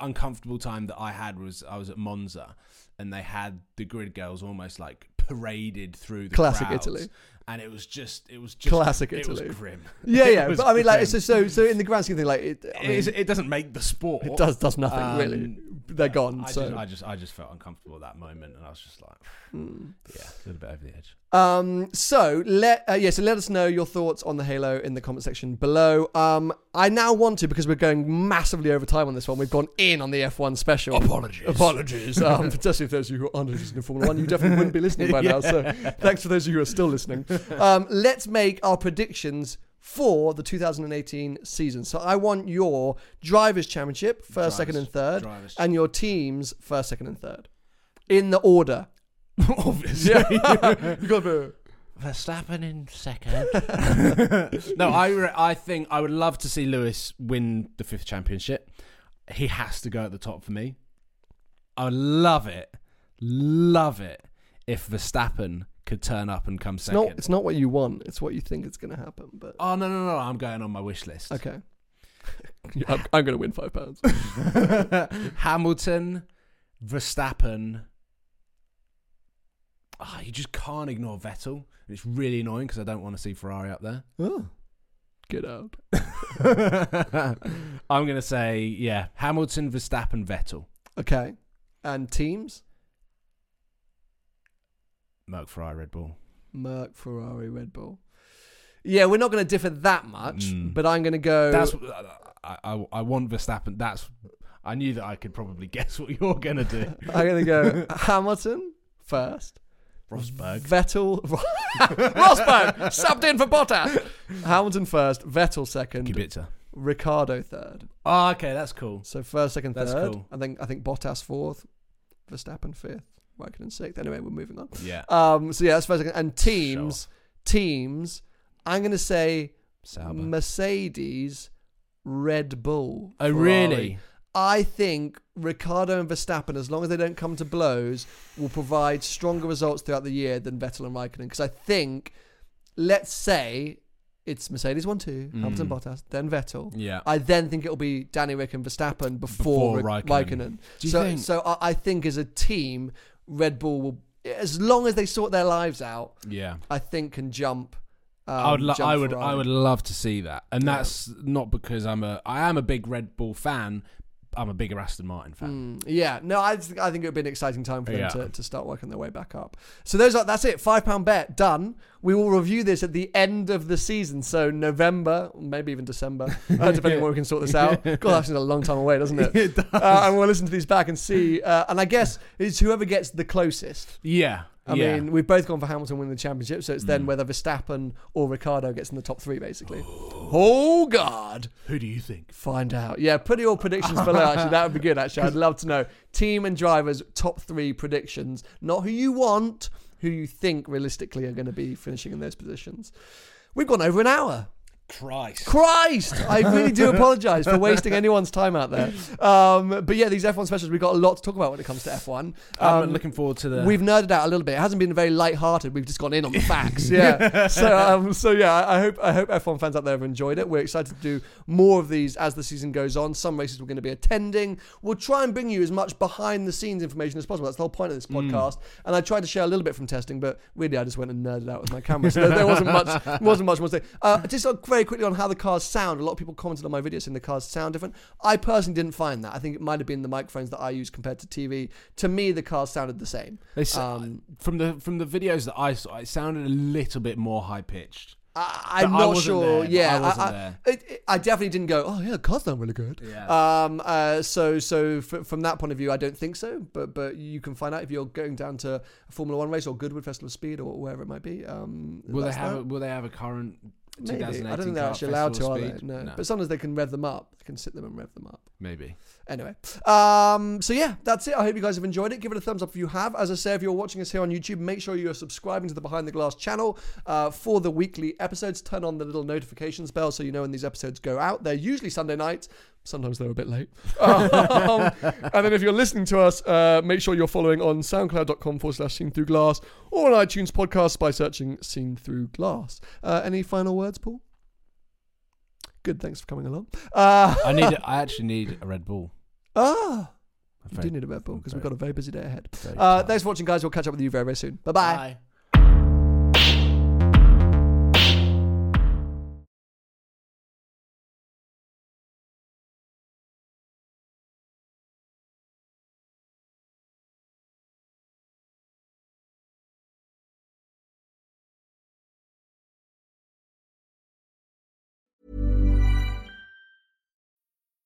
B: uncomfortable time that I had was I was at Monza and they had the grid girls almost like paraded through the
A: Classic
B: crowds.
A: Italy.
B: and it was just it was just
A: Classic
B: it was
A: Italy.
B: grim.
A: yeah,
B: It
A: yeah.
B: was
A: But I mean, like,
B: grim.
A: so so so in the grand scheme of things, like, it, I
B: It
A: mean,
B: is- it doesn't make the sport.
A: it does does nothing
B: Um,
A: really. They're gone.
B: I
A: so
B: just, I just I just felt uncomfortable at that moment, and I was just like,
A: Hmm.
B: yeah, a little bit over the edge.
A: Um, so let uh, yeah, so let us know your thoughts on the Halo in the comment section below. Um, I now want to because we're going massively over time on this one. We've gone in on the F1 special. Apologies, apologies. Um, especially for those of you who aren't interested in Formula One, you definitely wouldn't be listening by now. So thanks for those of you who are still listening. Um, let's make our predictions for the 2018 season. So I want your drivers' championship first, second, and third,
B: Drivers'
A: and your teams first, second, and third, in the order.
B: Obviously.
A: You got to
B: Verstappen in second. no, I re- I think I would love to see Lewis win the fifth championship. He has to go at the top for me. I would love it, love it if Verstappen could turn up and come
A: It's
B: second.
A: not. It's not what you want. It's what you think is going to happen. But
B: oh no no no! I'm going on my wish list.
A: okay, Yeah, I'm, I'm going to win five pounds.
B: Hamilton, Verstappen. Ah, you just can't ignore Vettel. And It's really annoying because I don't want to see Ferrari up there.
A: Oh, get out.
B: I'm going to say, yeah, Hamilton, Verstappen, Vettel.
A: Okay, and teams:
B: Merck Ferrari, Red Bull.
A: Merck, Ferrari, Red Bull. Yeah, we're not going to differ that much,
B: Mm.
A: but I'm going to go.
B: That's I, I, I want Verstappen. That's I knew that I could probably guess what you're going to do.
A: I'm going to go Hamilton first.
B: Rosberg.
A: Vettel, Rosberg subbed in for Bottas. Hamilton first, Vettel second,
B: Kubica.
A: Ricardo third.
B: Oh, okay, that's cool.
A: So first, second,
B: That's
A: third.
B: cool.
A: I think I think Bottas fourth, Verstappen fifth, Raikkonen sixth. Anyway, we're moving on.
B: Yeah.
A: Um. So yeah, that's first, second, and teams. Teams. I'm gonna say
B: Sauber.
A: Mercedes, Red Bull.
B: Oh,
A: Ferrari.
B: really?
A: I think Ricardo and Verstappen, as long as they don't come to blows, will provide stronger results throughout the year than Vettel and Raikkonen. Because I think, let's say it's Mercedes 1 2, Hamilton Bottas, then Vettel.
B: Mm. Yeah.
A: I then think it'll be Danny Rick and Verstappen before,
B: Before
A: Ri-
B: Raikkonen.
A: Raikkonen.
B: Do you
A: so
B: think-
A: so I, I think as a team, Red Bull will, as long as they sort their lives out,
B: yeah.
A: I think can jump. Um,
B: I would, lo-
A: jump
B: I would, I
A: Ferrari.
B: would love to see that, and that's not because I'm a, I am a big Red Bull fan. I'm a bigger Aston Martin
A: Hmm.
B: fan.
A: Mm, Yeah, no, I, just, I think it would be an exciting time for them
B: Yeah.
A: to, to start working their way back up. So those are that's it. Five pound bet done. We will review this at the end of the season, so November, maybe even December, uh, depending on when we can sort this out. God, that seems a long time away, doesn't it?
B: It does.
A: Uh, and we'll listen to these back and see. Uh, and I guess it's whoever gets the closest.
B: Yeah,
A: I
B: yeah. Mm.
A: mean, we've both gone for Hamilton winning the championship, so it's then whether Verstappen or Ricardo gets in the top three, basically. Oh God.
B: who do you think?
A: Find out. Yeah, put your predictions below. Actually, that would be good. Actually, I'd love to know team and drivers' top three predictions. Not who you want, who you think realistically are going to be finishing in those positions. We've gone over an hour.
B: Christ.
A: Christ! I really do apologise for wasting anyone's time out there. Um, but yeah, these F1 specials, we've got a lot to talk about when it comes to F1.
B: I'm
A: Um,
B: looking forward to the.
A: We've nerded out a little bit. It hasn't been very light-hearted. We've just gone in on the facts. Yeah. so um, so yeah, I I hope I hope F1 fans out there have enjoyed it. We're excited to do more of these as the season goes on. Some races we're going to be attending. We'll try and bring you as much behind the scenes information as possible. That's the whole point of this podcast. And I tried to share a little bit from testing, but really I just went and nerded out with my camera. So there, there wasn't much wasn't much more to say. Uh, just uh, very quickly on how the cars sound. A lot of people commented on my video saying the cars sound different. I personally didn't find that. I think it might have been the microphones that I use compared to TV. To me, the cars sounded the same.
B: They s-
A: Um,
B: from the from the videos that I saw, it sounded a little bit more high pitched.
A: I, I'm
B: But I
A: not
B: wasn't
A: sure.
B: there.
A: Yeah,
B: I wasn't
A: I, I, it- it- I definitely didn't go. Oh yeah, the cars sound really good.
B: Yeah.
A: Um. Uh. So so f- from that point of view, I don't think so. But but you can find out if you're going down to a Formula One race or Goodwood Festival of Speed or wherever it might be. Um.
B: Will they
A: that's
B: have?
A: that.
B: A, will they have a current?
A: Maybe.
B: 2018
A: I don't think they're
B: car
A: actually allowed to,
B: festival
A: are they?
B: speed?
A: No. But sometimes they can rev them up. They can sit them and rev them up.
B: maybe.
A: Anyway, um, so yeah, that's it. I hope you guys have enjoyed it. Give it a thumbs up if you have. As I say, if you're watching us here on YouTube, make sure you are subscribing to the Behind the Glass channel uh, for the weekly episodes. Turn on the little notifications bell so you know when these episodes go out. They're usually Sunday nights. Sometimes they're a bit late. Um, and then if you're listening to us, uh, make sure you're following on soundcloud.com forward slash seen through glass or on iTunes podcasts by searching seen through glass. Uh, any final words, Paul? Good, thanks for coming along. Uh,
B: I need. I actually need a Red Bull.
A: ah!
B: I'm
A: We
B: very-
A: do need a Red Bull because
B: I'm
A: we've got a very busy day ahead.
B: very
A: Uh,
B: tired.
A: thanks for watching, guys. We'll catch up with you very, very soon. Bye-bye.
B: Bye.